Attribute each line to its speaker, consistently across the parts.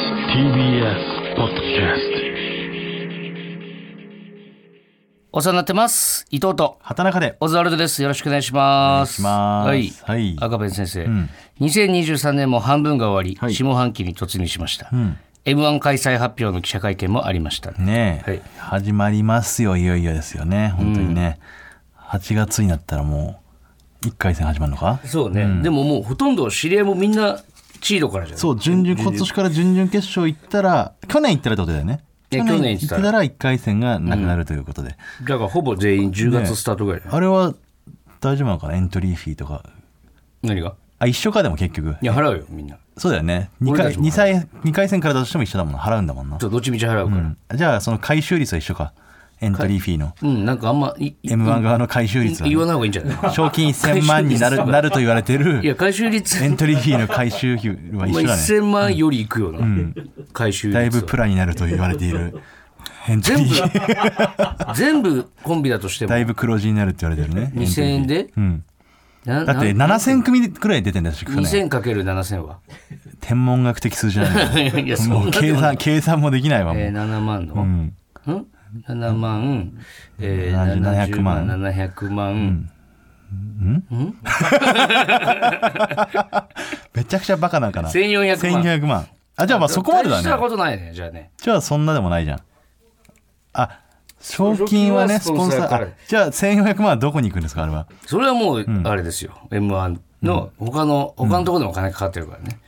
Speaker 1: TBS ポッドキャスト
Speaker 2: お世話になってます伊藤と
Speaker 3: 畑中で
Speaker 2: オズワルドですよろしくお願いします
Speaker 3: お願いします
Speaker 2: は
Speaker 3: はいい
Speaker 2: 赤ペン先生、2023年も半分が終わり、
Speaker 3: はい
Speaker 2: 下半期に突入しました、M1 開催発表の記者会見もありました、
Speaker 3: ねえ、
Speaker 2: はい
Speaker 3: 始まりますよいよいよですよね本当にね、8月になったらもう1回戦始まるのか
Speaker 2: そうね、でももうほとんど知り合いもみんなチードからじゃない
Speaker 3: そう準々今年から準々決勝行ったら去年行ったらってことだよね
Speaker 2: いや去年行ってたら
Speaker 3: 行ってたら1回戦がなくなるということで、
Speaker 2: だからほぼ全員10月スタートぐらいだよ、
Speaker 3: あれは大丈夫なのかなエントリーフィーとか
Speaker 2: 何が
Speaker 3: あ一緒かでも結局
Speaker 2: いや払うよみんな
Speaker 3: そうだよね2
Speaker 2: 俺た
Speaker 3: 回
Speaker 2: ちも
Speaker 3: 二回二回戦からだとしても一緒だもんな払うんだもんな
Speaker 2: ちょっとどっちみち払うから
Speaker 3: じゃあその回収率は一緒かエントリーフィーの
Speaker 2: うん、なんかあんまいい
Speaker 3: m 1側の回収率はね、
Speaker 2: 言わない方がいいんじゃ ない
Speaker 3: 賞金1000万になるなると言われて
Speaker 2: い
Speaker 3: る
Speaker 2: や回収率
Speaker 3: エントリーフィーの回収費は一緒
Speaker 2: まあ
Speaker 3: だね。
Speaker 2: 1000万よりいくよな、回収率
Speaker 3: だ
Speaker 2: はい
Speaker 3: ぶプラになると言われている。エントリ
Speaker 2: 全
Speaker 3: ー
Speaker 2: 部
Speaker 3: フィー
Speaker 2: 全部コンビだとしても
Speaker 3: だいぶ黒字になるって言われてるね。
Speaker 2: 2000円で、
Speaker 3: ん
Speaker 2: な
Speaker 3: だって
Speaker 2: な
Speaker 3: 7000組くらい出てんだし、去年。
Speaker 2: 2000×7000 は
Speaker 3: 天文学的数字じゃな
Speaker 2: い
Speaker 3: い
Speaker 2: や
Speaker 3: の。
Speaker 2: そ
Speaker 3: も
Speaker 2: ん
Speaker 3: う
Speaker 2: なで
Speaker 3: 計
Speaker 2: もない
Speaker 3: 算、計算もできないわ、も
Speaker 2: えー
Speaker 3: う。
Speaker 2: 7万の、
Speaker 3: うん。
Speaker 2: ん7万、えー、
Speaker 3: 700
Speaker 2: 70
Speaker 3: 万
Speaker 2: 万700万、
Speaker 3: めちゃくちゃバカなんかな。
Speaker 2: 1400万
Speaker 3: 1400万。あ、じゃあまあそこまでだ
Speaker 2: 大した
Speaker 3: ね。
Speaker 2: ことないねじゃあね
Speaker 3: じゃあそんなでもないじゃん。あ、賞金はね、ス
Speaker 2: 賞金
Speaker 3: ポ
Speaker 2: はスポ
Speaker 3: ン
Speaker 2: ンサー
Speaker 3: サー。
Speaker 2: から
Speaker 3: あじゃあ1400万はどこに行くんですか、あれは。
Speaker 2: それはもうあれですよ、m 1の他の他のところでもお金かかってるからね、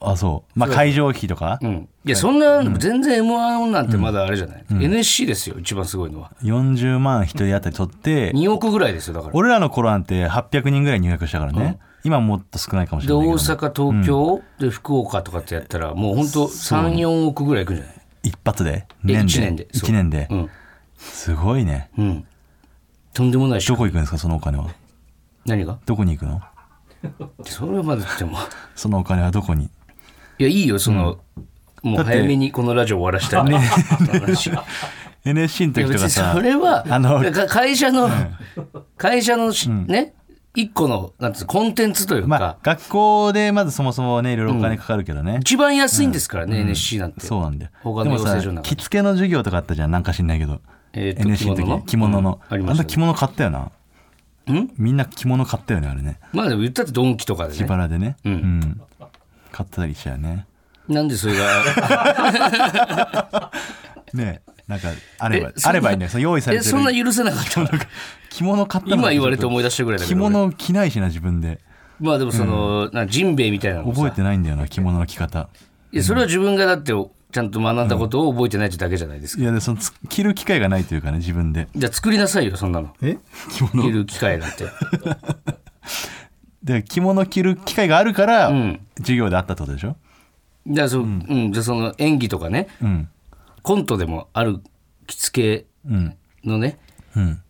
Speaker 3: あ、そう。まあ会場費とか
Speaker 2: う。ん、いやそんな全然 m 1なんてまだあれじゃない、NSC ですよ一番すごいのは
Speaker 3: 40万一人当たり取って、
Speaker 2: 2億ぐらいですよだから
Speaker 3: 俺らの頃なんて800人ぐらい入学したからね、今もっと少ないかも
Speaker 2: で
Speaker 3: しれ
Speaker 2: 大
Speaker 3: ないけど
Speaker 2: 阪東京、で福岡とかってやったらもう本当三34億ぐらいいくんじゃない
Speaker 3: 一発で
Speaker 2: え
Speaker 3: 年で
Speaker 2: 一年でそう
Speaker 3: 一年で
Speaker 2: うん
Speaker 3: すごいね
Speaker 2: うんとんでもないし
Speaker 3: どこ行くんですかそのお金は
Speaker 2: 何が
Speaker 3: どこに行くの
Speaker 2: それはまだでも
Speaker 3: そのお金はどこに
Speaker 2: いやいいよその、も
Speaker 3: だ
Speaker 2: う
Speaker 3: って
Speaker 2: 早めにこのラジオ終わらしたいな、 話い
Speaker 3: NSC の
Speaker 2: や
Speaker 3: 時と
Speaker 2: 別に
Speaker 3: かさ
Speaker 2: それは
Speaker 3: あの
Speaker 2: か会社の、会社のし、ね一個のなんていうのコンテンツというか、
Speaker 3: まあ学校でまずそもそもねいろいろお金かかるけどね、
Speaker 2: 一番安いんですからね、NSC なんて
Speaker 3: そうなんだよ
Speaker 2: 他
Speaker 3: で
Speaker 2: の
Speaker 3: も
Speaker 2: 養成
Speaker 3: さ
Speaker 2: 所の中で
Speaker 3: 着付けの授業とかあったじゃんなんか知んないけど、
Speaker 2: えーと
Speaker 3: NSC の時に着物の、
Speaker 2: うんありま
Speaker 3: ん
Speaker 2: した
Speaker 3: た
Speaker 2: ね
Speaker 3: 着物買ったよな
Speaker 2: うん
Speaker 3: みんな着物買ったよねあれね
Speaker 2: まあでも言ったってドンキとかで
Speaker 3: 自
Speaker 2: ね
Speaker 3: 腹でね、
Speaker 2: ん
Speaker 3: うん買ったりしたよね
Speaker 2: なんでそれが
Speaker 3: ねえなんかあれば
Speaker 2: えそんな
Speaker 3: あればいいねその用意され
Speaker 2: え
Speaker 3: て
Speaker 2: そんな
Speaker 3: る
Speaker 2: 許せなかったの
Speaker 3: 着物買ったのが
Speaker 2: 今言われて思い出したぐらいだけ
Speaker 3: 着
Speaker 2: ど俺
Speaker 3: 物着ないしな自分で
Speaker 2: まあでもその、なんかジンベエみたいなのもさ
Speaker 3: 覚えてないんだよな着物の着方
Speaker 2: いやそれは自分がだってちゃんと学んだことを覚えてないってだけじゃないですか、
Speaker 3: いやでそのつ着る機会がないというかね自分で
Speaker 2: じゃあ作りなさいよそんなの
Speaker 3: え着物
Speaker 2: 着る機会なんて
Speaker 3: で着物着る機会があるから、
Speaker 2: ん
Speaker 3: 授業であったってことでしょ
Speaker 2: じゃあそ,、うんじゃあその演技とかね
Speaker 3: うん
Speaker 2: コントでもある着付
Speaker 3: うん
Speaker 2: けのね
Speaker 3: うん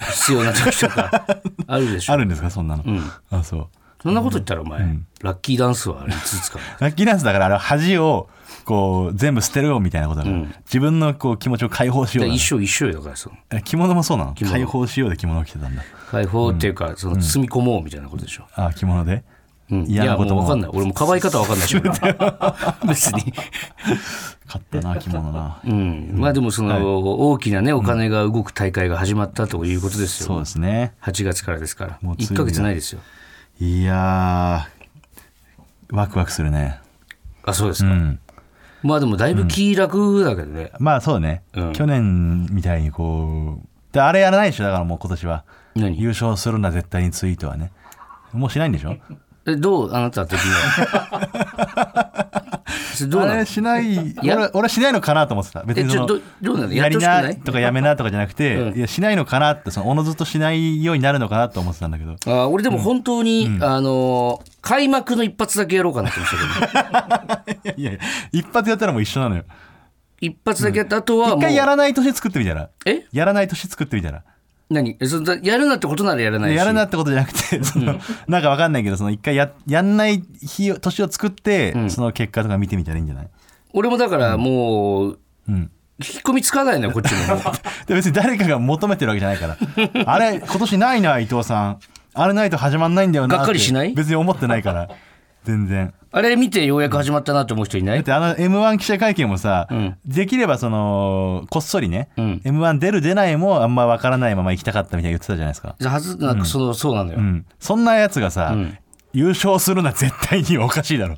Speaker 2: 必要な時と かあるでしょ
Speaker 3: あるんですかそんなの、あそう
Speaker 2: そんなこと言ったらお前、ラッキーダンスはあれいつ使う
Speaker 3: ラッキーダンスだからあれは恥をこう全部捨てるよみたいなことだから、自分のこう気持ちを解放しよう
Speaker 2: で
Speaker 3: なの
Speaker 2: 一生一生よだからその
Speaker 3: え着物もそうなの
Speaker 2: 物
Speaker 3: 解放しようで着物を着てたんだ
Speaker 2: 解放っていうか、その包み込もうみたいなことでしょ、
Speaker 3: あ着物で
Speaker 2: うんい
Speaker 3: 嫌
Speaker 2: や
Speaker 3: な
Speaker 2: も
Speaker 3: こ
Speaker 2: う
Speaker 3: とも
Speaker 2: 分かんない俺も構え方分かんないし俺 別に
Speaker 3: 買った な着物な
Speaker 2: うん、まあでもその、大きなねお金が動く大会が始まったということですよ、
Speaker 3: そうですね
Speaker 2: 8月からですから
Speaker 3: もうついに
Speaker 2: 1ヶ月ないですよ
Speaker 3: いやーワクワクするね
Speaker 2: あそうです
Speaker 3: う
Speaker 2: か、
Speaker 3: ん
Speaker 2: まあでもだいぶ気楽だけどね、
Speaker 3: まあそうね、
Speaker 2: うん
Speaker 3: 去年みたいにこうであれやらないでしょだからもう今年は
Speaker 2: 何
Speaker 3: 優勝するな絶対にツイートはねもうしないんでしょ
Speaker 2: えどうあなた的には それどう
Speaker 3: あ
Speaker 2: なの
Speaker 3: れしない
Speaker 2: いや
Speaker 3: 俺は俺はしないのかなと思ってた別
Speaker 2: え
Speaker 3: に
Speaker 2: ちょ
Speaker 3: その
Speaker 2: どどうなのや
Speaker 3: や
Speaker 2: って
Speaker 3: り
Speaker 2: ほしくな
Speaker 3: ないとかやめなとかじゃなくて、
Speaker 2: うん
Speaker 3: いやしないのかなってそのおのずとしないようになるのかなと思ってたんだ けど
Speaker 2: あー俺でも本当に、あのー開幕の一発だけやろうかなと思ってたけど、
Speaker 3: いやいやいや一発やったらもう一緒なのよ
Speaker 2: 一発だけやった後はもう、
Speaker 3: 一回やらない年作ってみたら
Speaker 2: え
Speaker 3: やらない年作ってみたら
Speaker 2: 何えそのやるなってことならやらないし
Speaker 3: やるなってことじゃなくて、そのなんかわかんないけどその一回ややんない日を年を作って、その結果とか見てみたらいいんじゃない
Speaker 2: 俺もだからもう、
Speaker 3: ん
Speaker 2: 引き込みつかないのよこっち ももう
Speaker 3: で別に誰かが求めてるわけじゃないから あれ今年ないな伊藤さんあれないと始まんないんだよな
Speaker 2: がっかりしない
Speaker 3: 別に思ってないから全然
Speaker 2: あれ見てようやく始まったなと思う人いな
Speaker 3: だっ
Speaker 2: い
Speaker 3: てあの m 1記者会見もさ、
Speaker 2: ん
Speaker 3: できればそのこっそりね、
Speaker 2: うん
Speaker 3: m 1出る出ないもあんま分からないまま行きたかったみたいに言ってたじゃないですか、
Speaker 2: はずなくそのそうなのよ、
Speaker 3: う
Speaker 2: い
Speaker 3: ん、そんなやつがさ、
Speaker 2: ん
Speaker 3: 優勝するのは絶対におかしいだろ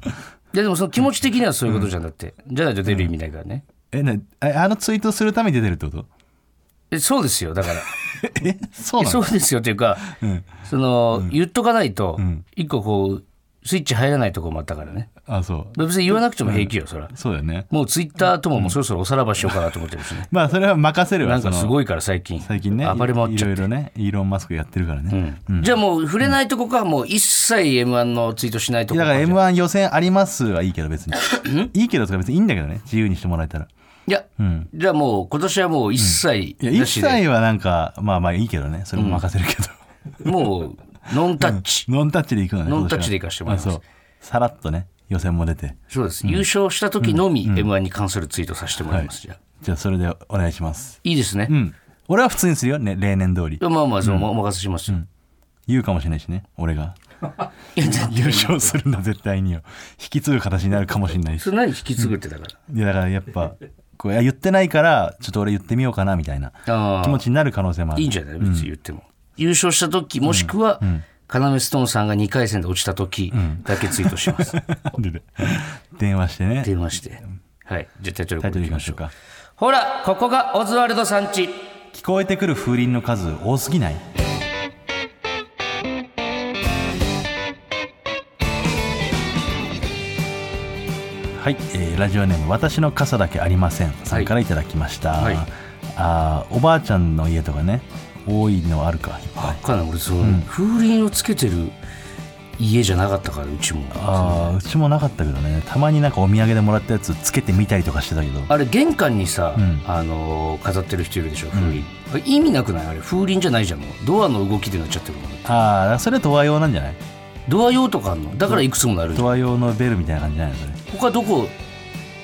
Speaker 2: やでもその気持ち的にはそういうことじゃなくて、じゃないと出る意味ないからね、
Speaker 3: えなえあのツイートするために出てるってこと
Speaker 2: えそうですよだから
Speaker 3: えそう
Speaker 2: え
Speaker 3: な
Speaker 2: そ
Speaker 3: の
Speaker 2: うですよっていうか、
Speaker 3: ん
Speaker 2: その、言っとかないと
Speaker 3: ん
Speaker 2: 一個こうスイッチ入らないとこもあったからね
Speaker 3: あそう
Speaker 2: 別に言わなくても平気よそら
Speaker 3: そうだよね
Speaker 2: もうツイッターとももうそろそろおさらばしようかなと思ってるし ね
Speaker 3: まあそれは任せるわ
Speaker 2: なんか
Speaker 3: そ
Speaker 2: す
Speaker 3: の
Speaker 2: ごいから最近
Speaker 3: 最近ね
Speaker 2: 暴れ回っ
Speaker 3: い
Speaker 2: ちゃ
Speaker 3: ろ
Speaker 2: っ
Speaker 3: い
Speaker 2: て
Speaker 3: ろねイーロン・マスクやってるからね、
Speaker 2: うんじゃあもう触れないとこかもう一切 m 1のツイートしないとこ
Speaker 3: だ
Speaker 2: か
Speaker 3: から
Speaker 2: じゃあ
Speaker 3: m 1予選ありますはいいけど別にいいけどとか別にいいんだけどね自由にしてもらえたら
Speaker 2: いや、
Speaker 3: ん
Speaker 2: じゃあもう今年はもう一切
Speaker 3: いや一
Speaker 2: なしで、
Speaker 3: 切はなんかまあまあいいけどねそれも任せるけど、
Speaker 2: もうノンタッチ、
Speaker 3: ノンタッチで行くのね
Speaker 2: ノンタッチで行かしてもらいます
Speaker 3: あそうさらっとね予選も出て
Speaker 2: そうです、優勝した時のみ m 1に関するツイートさせてもらいます、じゃあ
Speaker 3: じゃあそれでお願いします
Speaker 2: いいですね、
Speaker 3: うん俺は普通にするよ、ね、例年通り
Speaker 2: いやまあまあその、お任せしますよ、
Speaker 3: 言うかもしれないしね俺が
Speaker 2: いや全然
Speaker 3: 優勝するの絶対によ引き継ぐ形になるかもしれないし
Speaker 2: それ何引き継ぐってだから、
Speaker 3: いやだからやっぱこういや言ってないからちょっと俺言ってみようかなみたいな
Speaker 2: ああ
Speaker 3: 気持ちになる可能性もある
Speaker 2: いいんじゃない別に言っても、優勝した時もしくは、要ストーンさんが2回戦で落ちた時だけツイートします、
Speaker 3: なんでね電話してね
Speaker 2: 電話してはいじゃあタイトルコ
Speaker 3: タ
Speaker 2: ー
Speaker 3: イト
Speaker 2: ルいき
Speaker 3: ルいき
Speaker 2: ま
Speaker 3: ま
Speaker 2: し
Speaker 3: し
Speaker 2: ょう
Speaker 3: ょうか
Speaker 2: ほらここがオズワルドさんち
Speaker 3: 聞こえてくる風鈴の数多すぎないはい、えーラジオネーム「私の傘だけありません」さんからいただきました、
Speaker 2: はい
Speaker 3: あーおばあちゃんの家とかね多いのあるかいっぱい
Speaker 2: かな俺その、風鈴をつけてる家じゃなかったからうちも
Speaker 3: あーうちもなかったけどねたまになんかお土産でもらったやつつけてみたりとかしてたけど
Speaker 2: あれ玄関にさ、
Speaker 3: ん
Speaker 2: あのー飾ってる人いるでしょ風鈴、あれ意味なくないあれ風鈴じゃないじゃんもうドアの動きでなっちゃってるもん
Speaker 3: ああそれはドア用なんじゃない
Speaker 2: ドア用とかあんのだからいくつもなるじゃん
Speaker 3: ドア用のベルみたいな感じじゃないのそれ
Speaker 2: 他どこ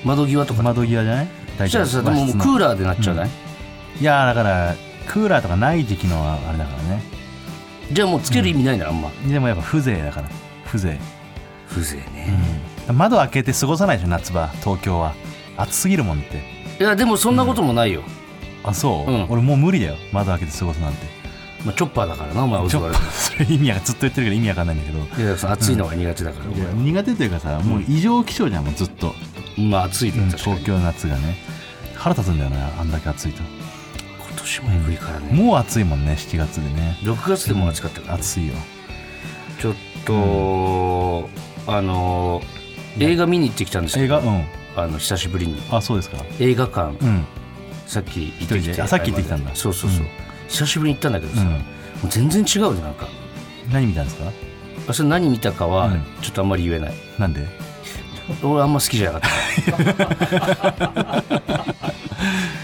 Speaker 2: 窓際とか
Speaker 3: 窓際じゃない
Speaker 2: そ
Speaker 3: 大
Speaker 2: したらさでももうクーラーでなっちゃうない、
Speaker 3: いやーだからクーラーとかない時期のはあれだからね
Speaker 2: じゃあもうつける意味ないなあんま
Speaker 3: でもやっぱ風情だから風情、
Speaker 2: 風情ね、
Speaker 3: 窓開けて過ごさないでしょ夏場東京は暑すぎるもんって
Speaker 2: いやでもそんなこともないよ、
Speaker 3: あそう、
Speaker 2: うん
Speaker 3: 俺もう無理だよ窓開けて過ごすなんて
Speaker 2: まあ、チョッパーだからなお前は
Speaker 3: ち
Speaker 2: 嘘
Speaker 3: ょっ
Speaker 2: だ
Speaker 3: とそれ意味がずっと言ってるけど意味わかんないんだけど
Speaker 2: いやその暑いのが苦手だから、お
Speaker 3: いや
Speaker 2: 前は
Speaker 3: 苦手というかさもう異常気象じゃんもうずっと、
Speaker 2: まあ暑いね
Speaker 3: うん
Speaker 2: 確かに
Speaker 3: 東京の夏がね腹立つんだよねあんだけ暑いと
Speaker 2: 今年もえぐいからね、
Speaker 3: もう暑いもんね7月でね
Speaker 2: 6月でも暑かったから、
Speaker 3: 暑いよ
Speaker 2: ちょっと、あの映画見に行ってきたんです
Speaker 3: 映
Speaker 2: けど
Speaker 3: 画うん
Speaker 2: あの久しぶりに
Speaker 3: あそうですか
Speaker 2: 映画館
Speaker 3: うん
Speaker 2: さっき行ってき
Speaker 3: 一人
Speaker 2: て
Speaker 3: であさっき行ってきたんだ
Speaker 2: そうそうそう、
Speaker 3: うん
Speaker 2: 久しぶりに行ったんだけどさ、
Speaker 3: うん
Speaker 2: もう全然違うねなんか
Speaker 3: 何見たんですか
Speaker 2: あそれ何見たかは
Speaker 3: うん
Speaker 2: ちょっとあんまり言えない、
Speaker 3: なんで
Speaker 2: 俺あんま好きじゃなか った。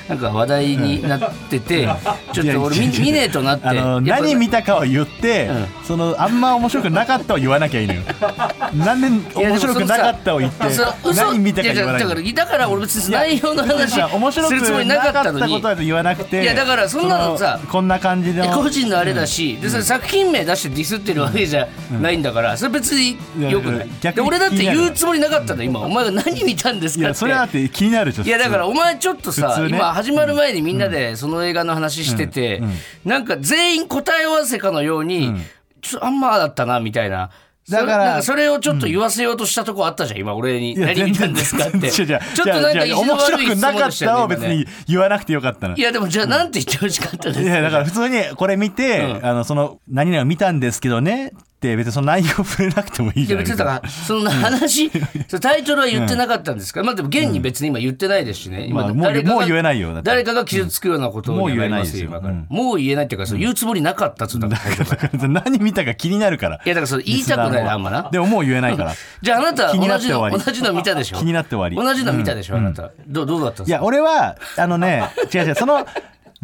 Speaker 2: なんか話題になってて、ちょっと俺見見ねえとなって。
Speaker 3: あの
Speaker 2: やっぱ
Speaker 3: 何見たかを言って、そのあんま面白くなかったを言わなきゃいいのよ なんで
Speaker 2: いやでも
Speaker 3: 面白くなかったを言って
Speaker 2: その嘘
Speaker 3: 何見たか言わない
Speaker 2: やだ
Speaker 3: の
Speaker 2: からだから俺別に内容の話
Speaker 3: さ面白
Speaker 2: するつも
Speaker 3: く
Speaker 2: りな
Speaker 3: な
Speaker 2: か
Speaker 3: か
Speaker 2: っ
Speaker 3: ったた
Speaker 2: のに
Speaker 3: ことは言わなくて
Speaker 2: いやだからそんなのさ
Speaker 3: そこんな感じの
Speaker 2: 個人のあれだし、でそれ作品名出してディスってるわけじゃないんだから、それ別によくない
Speaker 3: いや
Speaker 2: で
Speaker 3: 逆に
Speaker 2: 俺だって言う
Speaker 3: 気になる
Speaker 2: つもりなかったの今お前が何見たんです
Speaker 3: い
Speaker 2: か
Speaker 3: や
Speaker 2: って
Speaker 3: それはだって気になるでしょ
Speaker 2: いやだから
Speaker 3: 普
Speaker 2: お前ちょっとさ、
Speaker 3: 普通ね
Speaker 2: 今始まる前にみんなでその映画の話してて、
Speaker 3: うんうん
Speaker 2: なんか全員答え合わせかのように、ちょっとあんまだったなみたいな。
Speaker 3: だ
Speaker 2: そ
Speaker 3: から
Speaker 2: れなんそれをちょっと言わせようとしたとこあったじゃん、今俺に
Speaker 3: 通いや
Speaker 2: 何見たんですかって
Speaker 3: 全然
Speaker 2: ちょっ
Speaker 3: 全然違う
Speaker 2: となんか
Speaker 3: 違う違
Speaker 2: 意地の悪い質
Speaker 3: う面白くなか
Speaker 2: 問
Speaker 3: っ
Speaker 2: したよ
Speaker 3: たを
Speaker 2: ね
Speaker 3: 別
Speaker 2: 今ね
Speaker 3: に言わなくてよかったの
Speaker 2: いやでもじゃあなんて言ってほしかったです
Speaker 3: いやだから普通にこれ見て、あのその何々を見たんですけどねって別にその内容触れなくてもいい
Speaker 2: い
Speaker 3: じ
Speaker 2: や
Speaker 3: ゃない
Speaker 2: 別にだからその話、そのタイトルは言ってなかったんですから、まあでも現に別に今言ってないですしね、今
Speaker 3: まあもう
Speaker 2: 誰かが
Speaker 3: もう言えないよだって
Speaker 2: 誰かが傷つくようなこと
Speaker 3: もう
Speaker 2: に
Speaker 3: 言
Speaker 2: な
Speaker 3: え
Speaker 2: り
Speaker 3: ない
Speaker 2: ま
Speaker 3: ですす
Speaker 2: よ、
Speaker 3: よ
Speaker 2: 今から、
Speaker 3: うん
Speaker 2: もう言えないっていうかその言うつもりなかったっつうんだから最 初から
Speaker 3: だから何見たか気になるから
Speaker 2: いやだからそれ言いたくないなあんまな
Speaker 3: でももう言 えないから
Speaker 2: じゃああなた
Speaker 3: 気にな
Speaker 2: 同
Speaker 3: って
Speaker 2: じの
Speaker 3: 終わり
Speaker 2: 同じの見たでしょ
Speaker 3: 気になって終わり
Speaker 2: 同じの見たでしょ、あなたどうどうだったんで
Speaker 3: い
Speaker 2: す
Speaker 3: や
Speaker 2: か
Speaker 3: 俺はあのね違う違うそのう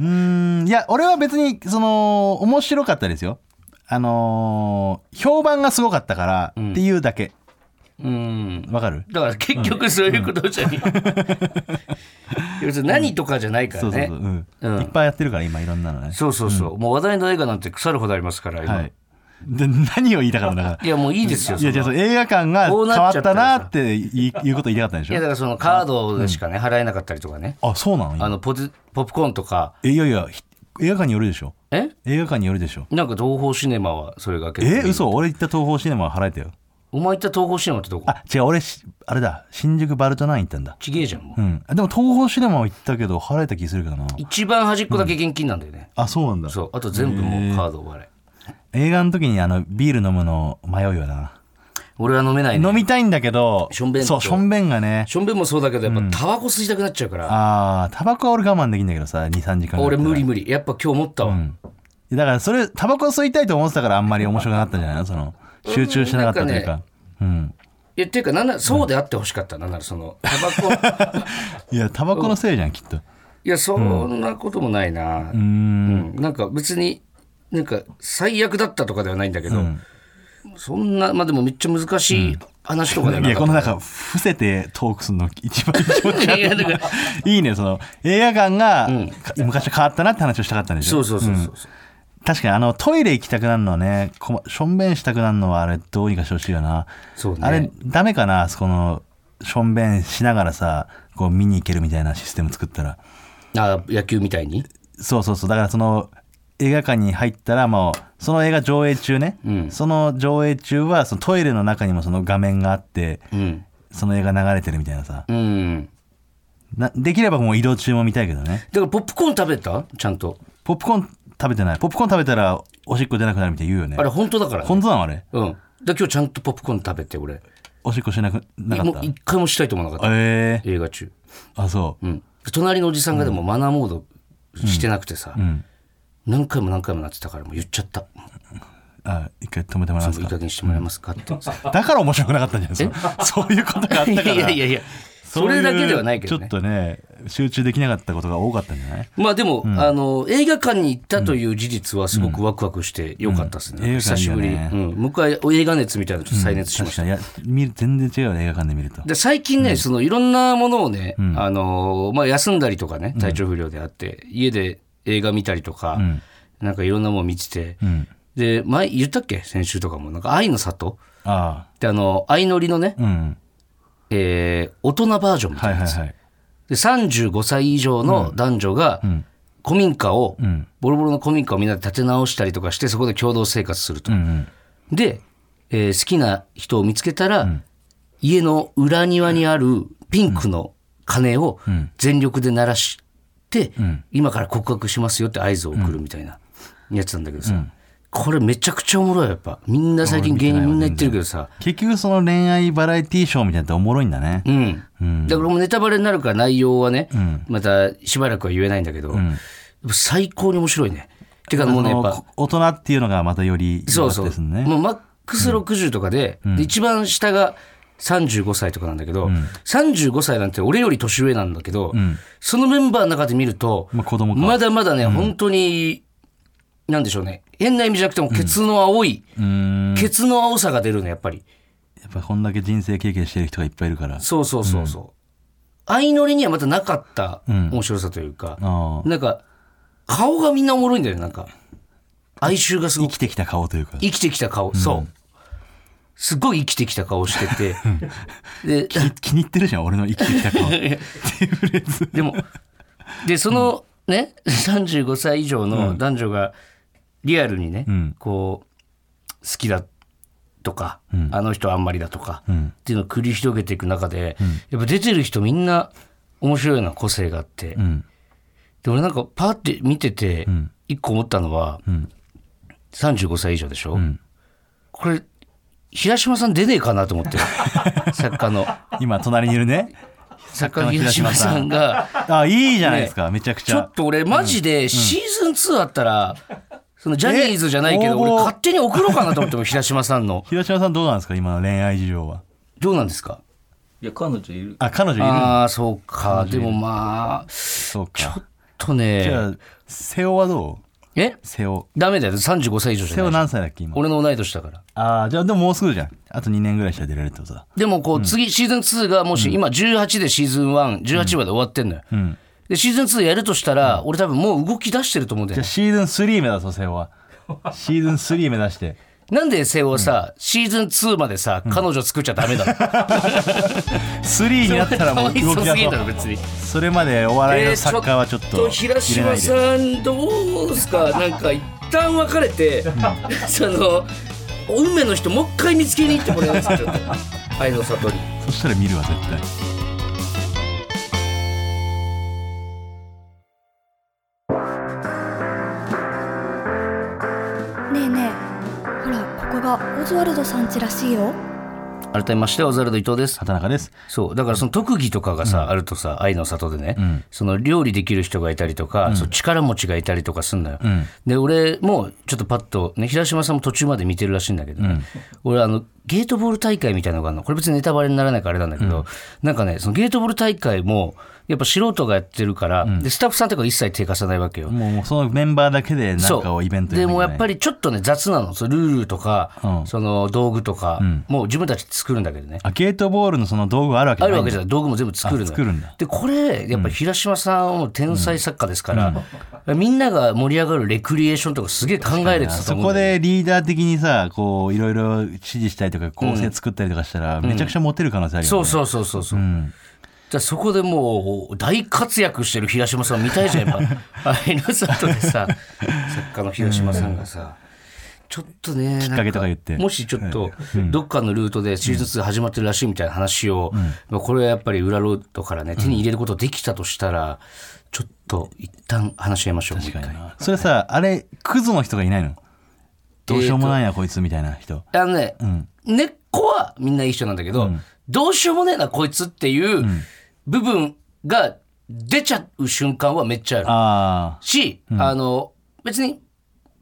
Speaker 3: ーんいや俺は別にその面白かったですよあのー評判がすごかったからっていうだけ
Speaker 2: うん
Speaker 3: わ、かる
Speaker 2: だから結局そういうこと じゃね、いや別に何とかじゃないから
Speaker 3: そうそう
Speaker 2: ね、
Speaker 3: そう、うん
Speaker 2: うん
Speaker 3: いっぱいやってるから今いろんなのね
Speaker 2: そうそうそうもう話題の映画なんて腐るほどありますから今、
Speaker 3: はいで何を言いたかったんだから
Speaker 2: いやもういいですよ
Speaker 3: い
Speaker 2: そ
Speaker 3: やじゃ
Speaker 2: の
Speaker 3: あその映画館が変わったなっていいうこと言いたかったんでし
Speaker 2: いやだか
Speaker 3: ょ
Speaker 2: らそのカードでしかね払えなかったりとかね
Speaker 3: あそうなの
Speaker 2: あのポテポップコーンとか
Speaker 3: えいやいやひ映画館によるでしょ
Speaker 2: え
Speaker 3: 映画館によるでしょ
Speaker 2: なんか東宝シネマはそれが結構
Speaker 3: え嘘俺行った東宝シネマは払えたよ
Speaker 2: お前行った東宝シネマってどこ
Speaker 3: あ違う俺しあれだ新宿バルトナイン行ったんだ
Speaker 2: ちげえじゃんもう
Speaker 3: うんあでも東宝シネマは行ったけど払えた気するけどな
Speaker 2: 一番端っこだけ現金なんだよね
Speaker 3: あそうなんだ
Speaker 2: そうあと全部もうカードお払い
Speaker 3: 映画の時にあのビール飲むの迷うよな
Speaker 2: 俺は飲めないね
Speaker 3: 飲みたいんだけど
Speaker 2: しょんべんと
Speaker 3: そうしょんべんがね
Speaker 2: しょんべんもそうだけどやっぱタバコ吸いたくなっちゃうから
Speaker 3: あータバコは俺我慢できんだけどさ23時間
Speaker 2: 俺無
Speaker 3: 理
Speaker 2: 理無理やっぱ今日思ったわ
Speaker 3: だからそれタバコ吸いたいと思ってたからあんまり面白くなかったんじゃないのその集中しなかったという
Speaker 2: な
Speaker 3: かうん
Speaker 2: いやっていうかなんならそうであってほしかったなんならそのタバコ
Speaker 3: いやタバコのせいじゃんきっと
Speaker 2: いやそんなこともないな
Speaker 3: うーん
Speaker 2: うんなんか別になんか最悪だったとかではないんだけど、そんなまあでもめっちゃ難しい話とかではないかった
Speaker 3: やこの中伏せてトークするの一番気持ち悪
Speaker 2: い
Speaker 3: い
Speaker 2: やだから
Speaker 3: いいねその映画館が、か昔と変わったなって話をしたかったんでし
Speaker 2: そ
Speaker 3: ょ
Speaker 2: うそうそうそう、
Speaker 3: 確かにあのトイレ行きたくなるのねこましょんべんしたくなるのはあれどうにかしてほしいよな
Speaker 2: そうね
Speaker 3: あれダメかなそこのしょんべんしながらさこう見に行けるみたいなシステム作ったら
Speaker 2: あ野球みたいに
Speaker 3: そうそうそうだからその映画館に入ったらもうその映画上映中ね、
Speaker 2: うん
Speaker 3: その上映中はそのトイレの中にもその画面があって
Speaker 2: うん
Speaker 3: その映画流れてるみたいなさ
Speaker 2: うん
Speaker 3: なできればもう移動中も見たいけどね
Speaker 2: だからポップコーン食べたちゃんと
Speaker 3: ポップコーン食べてないポップコーン食べたらおしっこ出なくなるみたいに言うよね
Speaker 2: あれ本当だから、
Speaker 3: 本当なのあれ
Speaker 2: うんだから今日ちゃんとポップコーン食べて俺
Speaker 3: おしっこしなくなか
Speaker 2: も
Speaker 3: っ
Speaker 2: う
Speaker 3: た
Speaker 2: 一回もしたいと思わなかっ
Speaker 3: ええ
Speaker 2: た映画中
Speaker 3: あそう、
Speaker 2: うん隣のおじさんがでもマナーモードしてなくてさ、
Speaker 3: ん
Speaker 2: 何回も何回もなってたからもう言っちゃった
Speaker 3: あ一回止めてもらえます
Speaker 2: いい
Speaker 3: か
Speaker 2: 加減してもらえますかって
Speaker 3: だから面白くなかったんじゃないですかそういうことがあ っ
Speaker 2: い
Speaker 3: たから
Speaker 2: やいやいやそう
Speaker 3: い
Speaker 2: れ
Speaker 3: う
Speaker 2: だけではないけどね
Speaker 3: ちょっとね集中できなかったことが多かったんじゃない
Speaker 2: まあでも、あの映画館に行ったという事実はすごくワクワクしてよかったですね、
Speaker 3: うんうん
Speaker 2: 久しぶり、
Speaker 3: 映画館いいよ
Speaker 2: うん、もう一回映画熱みたいなのちょっと再熱しま
Speaker 3: 確
Speaker 2: した、
Speaker 3: かにいや見る全然違うよね映画館で見ると
Speaker 2: で最近ね、そのいろんなものをね、あのまあ、休んだりとかね体調不良であって、家で映画見たりとか、
Speaker 3: ん
Speaker 2: なんかいろんなもの見てて、
Speaker 3: うん
Speaker 2: で前言ったっけ先週とかもなんか「愛の里」
Speaker 3: あ
Speaker 2: ってあの相乗りのね、
Speaker 3: あうん
Speaker 2: えー大人バージョンみた
Speaker 3: はいい
Speaker 2: な
Speaker 3: は
Speaker 2: や
Speaker 3: い
Speaker 2: つ、
Speaker 3: はい
Speaker 2: で35歳以上の男女が古民家を、
Speaker 3: ん
Speaker 2: ボロボロの古民家をみんなで建て直したりとかしてそこで共同生活すると、
Speaker 3: うんうん
Speaker 2: で、えー好きな人を見つけたら、家の裏庭にあるピンクの鐘を全力で鳴らして、今から告白しますよって合図を送るみたいなやつなんだけどさ、これめちゃくちゃおもろいやっぱみんな最近芸人みんな言ってるけどさ
Speaker 3: 結局その恋愛バラエティーショーみたいなのっておもろいんだね
Speaker 2: うん、だからもうネタバレになるから内容はね、またしばらくは言えないんだけど、やっぱ最高に面白いね。てかもうねやっ
Speaker 3: その
Speaker 2: ぱ
Speaker 3: こ大人っていうのがまたより良
Speaker 2: そう
Speaker 3: かった
Speaker 2: そう、
Speaker 3: ですね
Speaker 2: もうマックス60とかで,、で一番下が35歳とかなんだけど、35歳なんて俺より年上なんだけど、そのメンバーの中で見ると、
Speaker 3: まあ子供か
Speaker 2: まだまだね、本当になんでしょうね変な意味じゃなくてもケツの青い、
Speaker 3: うーん
Speaker 2: ケツの青さが出るねやっぱり。
Speaker 3: やっぱこんだけ人生経験してる人がいっぱいいるから
Speaker 2: そうそうそうそう。相乗りにはまたなかった面白さというか、
Speaker 3: ああ
Speaker 2: なんか、顔がみんなおもろいんだよね、なんか。哀愁がすご
Speaker 3: 生
Speaker 2: く
Speaker 3: き。てきた顔というか
Speaker 2: 生きてきた顔、そう。すごい生きてきた顔して て。で、
Speaker 3: 気気に入ってるじゃん俺の生きてきた 顔
Speaker 2: でも、で、そのね、35歳以上の男女がリアルにね、
Speaker 3: ん
Speaker 2: こう、好きだとか、あの人あんまりだとか、
Speaker 3: うん
Speaker 2: っていうのを繰り広げていく中で、やっぱ出てる人みんな面白いような個性があって、
Speaker 3: うん
Speaker 2: で俺なんかパーって見てて
Speaker 3: ん
Speaker 2: 一個思ったのは、
Speaker 3: ん
Speaker 2: 35歳以上でしょ、
Speaker 3: ん
Speaker 2: これ平島さん出ねえかなと思って作家の
Speaker 3: 今隣にいるね
Speaker 2: 作家の平島さんが
Speaker 3: あいいじゃないですか、めちゃくち
Speaker 2: ちょ
Speaker 3: ゃ
Speaker 2: っと俺マジでシーズン2あったら、そのジャニーズじゃないけ
Speaker 3: え
Speaker 2: ど俺
Speaker 3: 応募
Speaker 2: 勝手に送ろうかなと思っても平島さんの
Speaker 3: 平島さんどうなんですか今の恋愛事情は
Speaker 2: どうなんですか
Speaker 4: いや、彼女いる。
Speaker 3: あ彼女いる
Speaker 2: ああそうかでもまあ
Speaker 3: そうか
Speaker 2: と
Speaker 3: じゃ
Speaker 2: ね
Speaker 3: あ瀬尾はどう
Speaker 2: え
Speaker 3: 瀬尾
Speaker 2: ダメだよ35歳以上じ
Speaker 3: 瀬
Speaker 2: ゃな
Speaker 3: 尾
Speaker 2: い
Speaker 3: 何歳だっけ今
Speaker 2: 俺の同い年だから
Speaker 3: ああじゃあでももうすぐじゃんあと2年ぐらいしたら出られるってことだ
Speaker 2: でもこう次シーズン2がもし今18でシーズン118まで終わってんのよ、
Speaker 3: ん
Speaker 2: でシーズン2やるとしたら俺多分もう動き出してると思うんだ
Speaker 3: じゃ
Speaker 2: よ
Speaker 3: あ
Speaker 2: ね
Speaker 3: シーズン3目指そう瀬尾はシーズン3目指して
Speaker 2: なんで瀬尾さ、シーズン2までさ、彼女作っちゃダメだの
Speaker 3: 3になった らもう動
Speaker 2: そ
Speaker 3: き
Speaker 2: す
Speaker 3: だ
Speaker 2: ぎだろ
Speaker 3: と
Speaker 2: 別に
Speaker 3: それまでお笑いの作家はちょっ
Speaker 2: えーちょ
Speaker 3: と
Speaker 2: っ平
Speaker 3: 入れな
Speaker 2: 島
Speaker 3: いで
Speaker 2: さんどうです かなんか一旦別れて、その運命の人もう一回見つけに行ってもらえますかちょっと愛の里に
Speaker 3: そしたら見るわ絶対
Speaker 4: ねえねえほらここがオズワルドさん家らしいよ
Speaker 2: 改めましてオザルド伊藤です
Speaker 3: 畑中です
Speaker 2: そうだからその特技とかがさ、あるとさ愛の里でね、
Speaker 3: ん
Speaker 2: その料理できる人がいたりとか、そう力持ちがいたりとかすんのよ、
Speaker 3: ん
Speaker 2: で俺もちょっとパッと、ね、平島さんも途中まで見てるらしいんだけどね、俺あのゲートボール大会みたいなのがあるのこれ別にネタバレにならないからあれなんだけど、なんかねそのゲートボール大会もやっぱ素人がやってるから、でスタッフさんとか一切手貸さないわけよ、
Speaker 3: もうもうそのメンバーだけでなんかをイベント
Speaker 2: でもやっぱ
Speaker 3: り
Speaker 2: りちょっとね雑なのそのルールとか、
Speaker 3: うん
Speaker 2: その道具とか、もう自分たちで作るんだけどね
Speaker 3: あゲートボールのその道具あるわけ
Speaker 2: あ
Speaker 3: じ
Speaker 2: る
Speaker 3: ゃない
Speaker 2: わけじゃない道具も全部作るのよ
Speaker 3: あ作るんだ
Speaker 2: でこれやっぱ平島さんはもう天才作家ですから、みんなが盛り上がるレクリエーションとかすげえ考えれて
Speaker 3: あ
Speaker 2: たと
Speaker 3: そ
Speaker 2: 思う
Speaker 3: こ
Speaker 2: んだよ
Speaker 3: でリーダー的にさこういろいろ指示したりとか構成作ったりとかしたらめちゃくちゃモテる可能性あるよね、
Speaker 2: そうそうそうそうそう、じゃあそこでもう大活躍してる平島さん見たいじゃんやっ ぱあの里でさ作家の平島さんがさ、ちょっとねき
Speaker 3: っかけとか言って
Speaker 2: もしちょっとどっかのルートで手術始まってるらしいみたいな話を、まあこれはやっぱり裏ロードからね手に入れることできたとしたら、ちょっと一旦話し合いましょうもう一
Speaker 3: 確か
Speaker 2: 回
Speaker 3: になそれさあれクズの人がいないのどうしようもないな、こいつみたいな人
Speaker 2: あのね、根っこはみんな一緒なんだけど、どうしようもねえなこいつっていう部分が出ちゃう瞬間はめっちゃある
Speaker 3: あ
Speaker 2: し、あの別に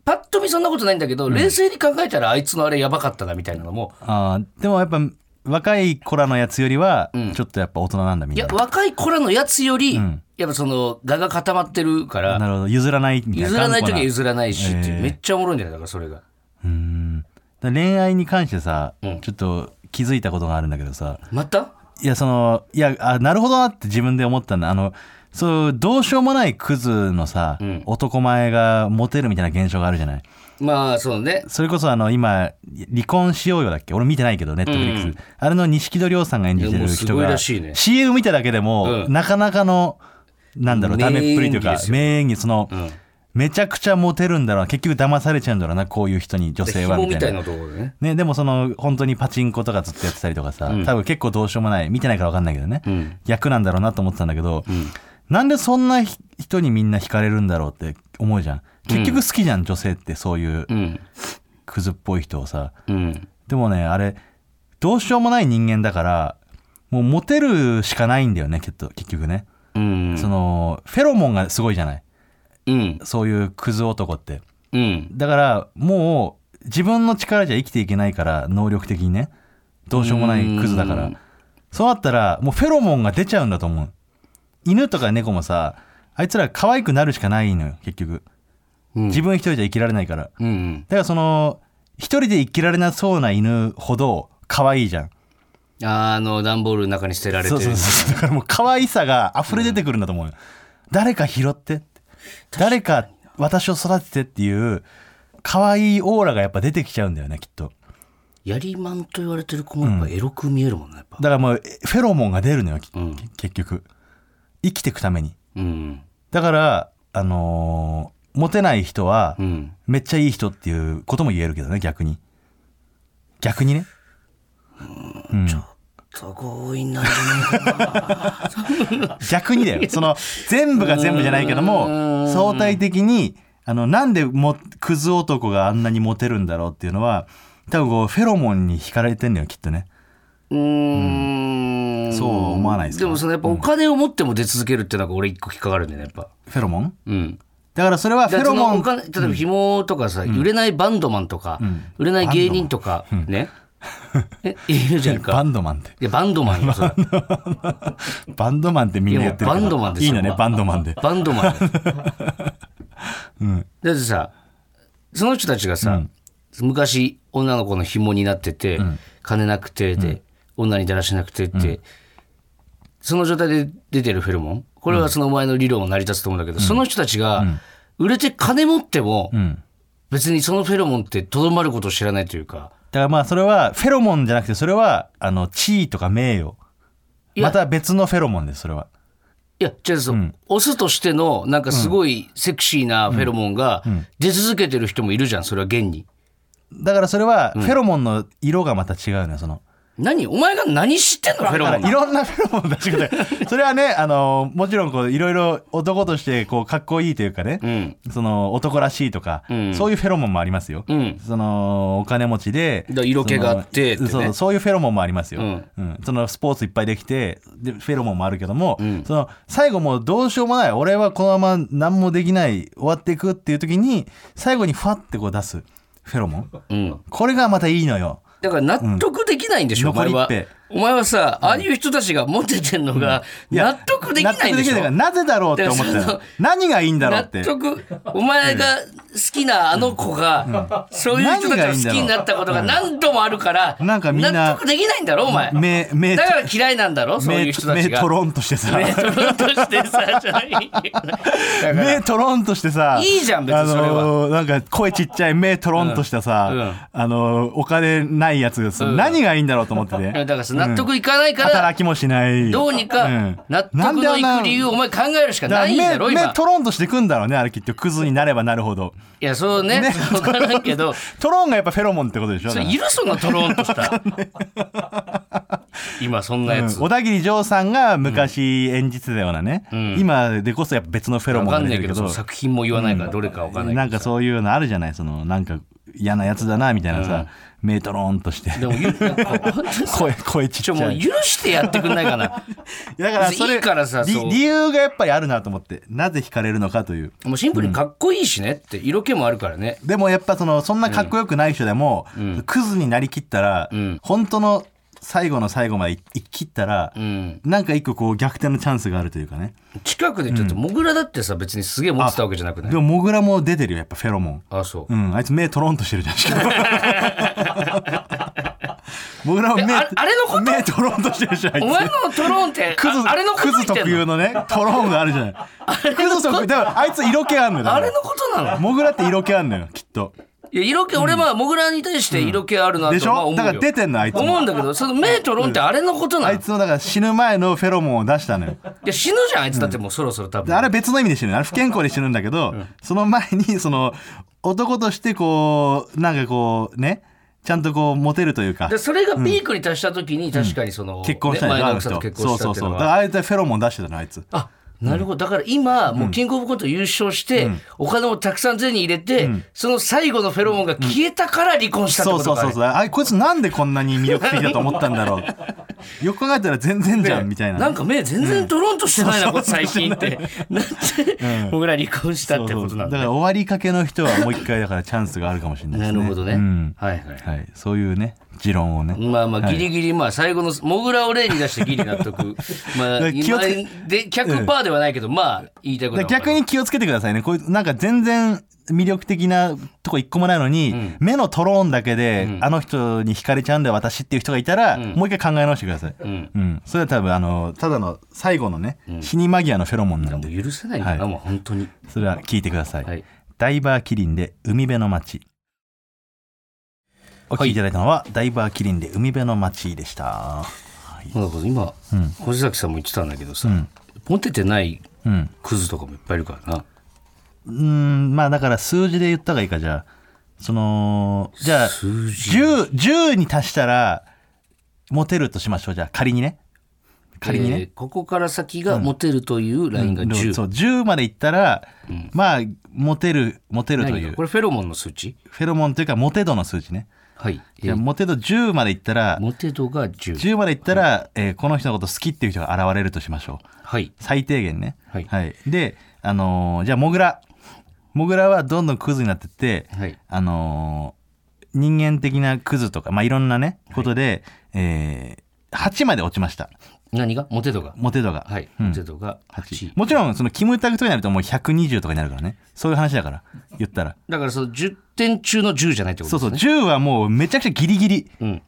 Speaker 2: パッと見そんなことないんだけど、冷静に考えたらあいつのあれやばかったなみたいなのも、
Speaker 3: ーあーでもやっぱ若い子らのやつよりはちょっとやっぱ大人なんだみん
Speaker 2: い
Speaker 3: な、
Speaker 2: や若い子らのやつより、やっぱその画が固まってるから
Speaker 3: なるほど譲らないみたいな
Speaker 2: 譲らない時は
Speaker 3: 頑固
Speaker 2: 譲らないしっていう、
Speaker 3: えー
Speaker 2: めっちゃおもろいんじゃないだからそれが。
Speaker 3: だから恋愛に関してさ、ちょっと気づいたことがあるんだけどさ
Speaker 2: また
Speaker 3: いやそのいやあなるほどなって自分で思ったんだあのそうどうしようもないクズのさ、男前がモテるみたいな現象があるじゃない
Speaker 2: まあそうね
Speaker 3: それこそあの今離婚しようよだっけ俺見てないけどネットフリックス、あれの錦戸亮さんが演じて
Speaker 2: いやも
Speaker 3: る
Speaker 2: うす
Speaker 3: 人
Speaker 2: ごい
Speaker 3: が、
Speaker 2: らしいね
Speaker 3: CM 見ただけでも、
Speaker 2: うん
Speaker 3: なかなかのなんだろうダメっぷりとい
Speaker 2: 名演技
Speaker 3: うか
Speaker 2: ですよ
Speaker 3: 名演技その、めちゃくちゃモテるんだろうな結局騙されちゃうんだろうなこういう人に女性は
Speaker 2: 紐
Speaker 3: み
Speaker 2: み
Speaker 3: た
Speaker 2: た
Speaker 3: い
Speaker 2: いな
Speaker 3: な。
Speaker 2: ところでね。
Speaker 3: ね、でもその本当にパチンコとかずっとやってたりとかさ、多分結構どうしようもない見てないから分かんないけどね、
Speaker 2: ん
Speaker 3: 役なんだろうなと思ってたんだけど、なんでそんなひ人にみんな惹かれるんだろうって思うじゃん結局好きじゃん、女性ってそういう
Speaker 2: うん
Speaker 3: クズっぽい人をさ
Speaker 2: うん
Speaker 3: でもねあれどうしようもない人間だからもうモテるしかないんだよねきっと結局ね、
Speaker 2: うん
Speaker 3: そのフェロモンがすごいじゃない
Speaker 2: うん
Speaker 3: そういうクズ男って
Speaker 2: うん
Speaker 3: だからもう自分の力じゃ生きていけないから能力的にねどうしようもないクズだか
Speaker 2: う
Speaker 3: ら
Speaker 2: ん
Speaker 3: そうなったらもうフェロモンが出ちゃうんだと思う犬とか猫もさあいつら可愛くなるしかないのよ結局
Speaker 2: うん
Speaker 3: 自分一人じゃ生きられないから
Speaker 2: うん
Speaker 3: だからその一人で生きられなそうな犬ほど可愛いじゃん
Speaker 2: あの段ボールの中に捨てられて
Speaker 3: そ
Speaker 2: る
Speaker 3: うそうそうだからもう可愛さが溢れ出てくるんだと思うよ、誰か拾って誰か私を育ててっていう可愛いオーラがやっぱ出てきちゃうんだよねきっと
Speaker 2: やりまんと言われてる子もやっぱエロく見えるもんねやっぱ
Speaker 3: だからもうえフェロモンが出るのよ、き
Speaker 2: うん
Speaker 3: 結局生きていくために
Speaker 2: うん
Speaker 3: だからあのーモテない人は、
Speaker 2: うん
Speaker 3: めっちゃいい人っていうことも言えるけどね逆に逆にね
Speaker 2: そこ多いんなんじゃないか
Speaker 3: 逆にだ よその全部が全部じゃないけども相対的にあのなんでもクズ男があんなにモテるんだろうっていうのは多分こうフェロモンに惹かれてんのよきっとね
Speaker 2: うーん
Speaker 3: そうは思わないですか
Speaker 2: でもそのやっぱお金を持っても出続けるっていうのが俺一個引っかかるんだよねやっぱ
Speaker 3: フェロモン
Speaker 2: うん
Speaker 3: だからそれはフ
Speaker 2: だか
Speaker 3: ェ
Speaker 2: ら
Speaker 3: ロ
Speaker 2: そ
Speaker 3: モ
Speaker 2: の
Speaker 3: ン
Speaker 2: お金例えば紐とかさ、売れないバンドマンとか、売れない芸人とかねえいるじゃん
Speaker 3: バ
Speaker 2: か
Speaker 3: ンドマンって
Speaker 2: いやバンドマンよそれ
Speaker 3: バンドマンってみんな言ってるけ
Speaker 2: いやもうバンド
Speaker 3: ど
Speaker 2: マンです
Speaker 3: い
Speaker 2: よ
Speaker 3: いのねバンドマンで
Speaker 2: バンドマンだよ。だってさ、その人たちがさ、昔女の子の紐になってて、金なくてで、女にだらしなくてって、その状態で出てるフェロモン、これはそのお前の理論を成り立つと思うんだけど、その人たちが、売れて金持っても、
Speaker 3: うん
Speaker 2: 別にそのフェロモンってとどまることを知らないというか、
Speaker 3: だからまあそれはフェロモンじゃなくてそれはあの地位とか名誉
Speaker 2: いや
Speaker 3: また別のフェロモンですそれはい
Speaker 2: や、じゃあそう、オスとしての、なんかすごいセクシーなフェロモンが出続けてる人もいるじゃん、それは現に。
Speaker 3: だからそれはフェロモンの色がまた違うねその
Speaker 2: 何お前が何知ってんのフェ
Speaker 3: だ
Speaker 2: ロモ
Speaker 3: か
Speaker 2: ン
Speaker 3: ら
Speaker 2: の
Speaker 3: いろんなフェロモン出してくれ それはねあのもちろんこういろいろ男としてこうかっこいいというかね、
Speaker 2: うん。
Speaker 3: その男らしいとか、
Speaker 2: ん
Speaker 3: そういうフェロモンもありますよ、
Speaker 2: うん
Speaker 3: そのお金持ちで
Speaker 2: だ色気があって
Speaker 3: その
Speaker 2: ってね
Speaker 3: そうそういうフェロモンもありますよ、
Speaker 2: う
Speaker 3: うんんそのスポーツいっぱいできてでフェロモンもあるけども、
Speaker 2: ん
Speaker 3: その最後もうどうしようもない俺はこのまま何もできない終わっていくっていう時に最後にファってこう出すフェロモン
Speaker 2: うん。
Speaker 3: これがまたいいのよ
Speaker 2: だから納得できないんでしょ、
Speaker 3: うん
Speaker 2: お前は
Speaker 3: 残りっぺ。
Speaker 2: お前はさ、ああいう人たちがモテてんのが納得できないんでしょ、
Speaker 3: 納得きないからなぜだろうって思っ
Speaker 2: だか
Speaker 3: て
Speaker 2: ら
Speaker 3: た
Speaker 2: その
Speaker 3: の何がいいんだろう
Speaker 2: 納
Speaker 3: って
Speaker 2: 得お前が好きなあの子が、そういう人たちが好きになったことが何度もあるから、
Speaker 3: なんかみんな
Speaker 2: 納得できないんだろお前
Speaker 3: 目目
Speaker 2: だから嫌いなんだろそういう
Speaker 3: 目
Speaker 2: 人たちが
Speaker 3: 目トロンとしてさ
Speaker 2: 目トロンとしてさじゃ ない
Speaker 3: 目トロンとしてさ
Speaker 2: いいじゃん別にそれは
Speaker 3: あのーなんか声ちっちゃい目トロンとしたさ、
Speaker 2: うんうん
Speaker 3: あのーお金ないやつがさ、
Speaker 2: うん
Speaker 3: 何がいいんだろうと思って
Speaker 2: だ
Speaker 3: ね
Speaker 2: からさ納得いかないから、
Speaker 3: 働きもしない
Speaker 2: どうにか納得のいく理由をお前考えるしか
Speaker 3: な
Speaker 2: ないんだろ
Speaker 3: 目目
Speaker 2: 今
Speaker 3: トロンとしてくんだろうねあれきっとクズになればなるほど
Speaker 2: いやそうね分からんけ ど
Speaker 3: トロンがやっぱフェロモンってことでしょ
Speaker 2: それいるそんなトロンと した今そんなやつ、
Speaker 3: うん小田切丈さんが昔演じてたようなね、今でこそやっぱ別のフェロ
Speaker 2: 分
Speaker 3: モン
Speaker 2: か
Speaker 3: が
Speaker 2: ん
Speaker 3: 出
Speaker 2: ない
Speaker 3: て
Speaker 2: け
Speaker 3: る
Speaker 2: ど
Speaker 3: け
Speaker 2: その
Speaker 3: ど
Speaker 2: 作品も言わないからどれか分かんないけどさ
Speaker 3: なんかそういうのあるじゃないそのなんか嫌なやつだなみたいなさ、目トロンとして
Speaker 2: でもゆ本当にさ
Speaker 3: 声声ちっ
Speaker 2: ち
Speaker 3: ち
Speaker 2: ょも
Speaker 3: ゃ
Speaker 2: う
Speaker 3: い
Speaker 2: 許してやってくんないかな
Speaker 3: だからそれ
Speaker 2: いいからさ
Speaker 3: り
Speaker 2: そう
Speaker 3: 理由がやっぱりあるなと思ってなぜ惹かれるのかという
Speaker 2: もうシンプルにかっこいいしねって色気もあるからね
Speaker 3: でもやっぱそのそんなかっこよくない人でも、クズになりきったら、
Speaker 2: ん
Speaker 3: 本当の最後の最後までいいきったら、
Speaker 2: うん
Speaker 3: なんか一個こう逆転のチャンスがあるというかね
Speaker 2: 近くでちょっとモグラだってさ別にすげえ持ってたわけじゃなく
Speaker 3: で
Speaker 2: ない
Speaker 3: もモグラも出てるよやっぱフェロモン
Speaker 2: あそう、
Speaker 3: うんあいつ目トロンとしてるじゃんしかも モグラも目
Speaker 2: えああれのこと
Speaker 3: 目トロンとしてるじゃんあいつ
Speaker 2: お前のトロンって
Speaker 3: クズ
Speaker 2: ああれのこと
Speaker 3: ク
Speaker 2: 言
Speaker 3: ズ
Speaker 2: ってんの
Speaker 3: 特有のねトロンがあるじゃないクズ特有でもあいつ色気あんのよだ
Speaker 2: あ
Speaker 3: から
Speaker 2: れのことなの
Speaker 3: モグラって色気あんのよきっと
Speaker 2: いや色気、俺はモグラに対して色気あるな
Speaker 3: で
Speaker 2: と
Speaker 3: し
Speaker 2: はまあ
Speaker 3: ょ
Speaker 2: 思うよ
Speaker 3: だから出てんのあいつも
Speaker 2: 思うんだけどそのメートロンってあれのことな
Speaker 3: あ
Speaker 2: の、
Speaker 3: い
Speaker 2: い
Speaker 3: つのだから死ぬ前のフェロモンを出したのよ
Speaker 2: や死ぬじゃんあいつだってもうそろそろ多
Speaker 3: で
Speaker 2: 分、
Speaker 3: あれは別の意味で死ぬあれ不健康で死ぬんだけど、その前にその男としてこうなんかこうねちゃんとこうモテるというか
Speaker 2: でそれがピークに達した時に確かにその、
Speaker 3: 結婚したい
Speaker 2: ね
Speaker 3: の
Speaker 2: 前の
Speaker 3: あの
Speaker 2: 奥さん
Speaker 3: 人
Speaker 2: と結
Speaker 3: そ
Speaker 2: 婚
Speaker 3: う
Speaker 2: した
Speaker 3: そ
Speaker 2: っ
Speaker 3: う
Speaker 2: ていうのは
Speaker 3: そうだからあいつはフェロモン出してたのあいつ
Speaker 2: あなるほどだから今もうキングオブコント優勝して、お金もたくさん手に入れて、その最後のフェロモンが消えたから離婚したって
Speaker 3: そ
Speaker 2: こ
Speaker 3: うそ
Speaker 2: と
Speaker 3: う
Speaker 2: か、
Speaker 3: そうそうあいこいつなんでこんなに魅力的だと思ったんだろ うよく考えたら全然じゃんみたいな
Speaker 2: なんか目全然トロンとしてないな、これ最近って。 なんで、
Speaker 3: ん
Speaker 2: 僕ら離婚したってことなんだ
Speaker 3: だか
Speaker 2: ね。
Speaker 3: ら終わりかけの人はもう一回だからチャンスがあるかもしれないです
Speaker 2: な
Speaker 3: ね
Speaker 2: るほどね。
Speaker 3: うん
Speaker 2: はいはい。
Speaker 3: はい、そういうね持論をね、
Speaker 2: まあまあ
Speaker 3: はい
Speaker 2: ギリギリまあ最後のモグラを例に出してギリ納得 まあ
Speaker 3: 気
Speaker 2: 今
Speaker 3: をつけ
Speaker 2: で100%ではないけどまあ言いたいこと
Speaker 3: だ
Speaker 2: は
Speaker 3: から逆に気をつけてくださいねこういうなんか全然魅力的なとこ一個もないのに、目のトローンだけで、あの人に惹かれちゃうんだよ私っていう人がいたら、もう一回考え直してください、うんそれは多分あのただの最後のね、死に間際のフェロモンなん
Speaker 2: も
Speaker 3: で
Speaker 2: う許せないんだな
Speaker 3: はい
Speaker 2: もう本当に
Speaker 3: それは聞いてください、
Speaker 2: はい
Speaker 3: ダイバーキリンで海辺の街お聞きいただいたのは、ダイバーキリンで海辺の街でした
Speaker 2: まあだから今
Speaker 3: うん
Speaker 2: 星崎さんも言ってたんだけどさ
Speaker 3: うん
Speaker 2: モテてない
Speaker 3: うん
Speaker 2: クズとかもいっぱいいるからな
Speaker 3: うーんまあだから数字で言った方がいいかじゃあそのじゃあ
Speaker 2: 数字
Speaker 3: 10, 10に足したらモテるとしましょうじゃあ仮にね仮に
Speaker 2: えー
Speaker 3: ね、
Speaker 2: ここから先がモテるというラインが
Speaker 3: でも
Speaker 2: 10
Speaker 3: そう10までいったら、まあモテるモテると
Speaker 2: 何
Speaker 3: い
Speaker 2: が
Speaker 3: う
Speaker 2: これフェロモンの数値
Speaker 3: フェロモンというかモテ度の数値ね、
Speaker 2: はいえ
Speaker 3: じゃあ
Speaker 2: ー
Speaker 3: モテ度10までいったら
Speaker 2: モテ度が10
Speaker 3: 10までいったら、えーこの人のこと好きっていう人が現れるとしましょう
Speaker 2: はい
Speaker 3: 最低限ね
Speaker 2: はい
Speaker 3: であのーじゃあモグラモグラはどんどんクズになってって、
Speaker 2: はい
Speaker 3: あのー人間的なクズとか、まあ、いろんなねことで、えー8まで落ちました
Speaker 2: 何がモテ度が
Speaker 3: モテ度が、
Speaker 2: はい
Speaker 3: うん
Speaker 2: モテ度が8
Speaker 3: もちろんそのキムタクとかになるともう120とかになるからねそういう話だから言ったら
Speaker 2: だからその10点中の10じゃないってこ
Speaker 3: そ
Speaker 2: と
Speaker 3: う
Speaker 2: です
Speaker 3: そう10はもうめちゃくちゃギリギリ
Speaker 2: うん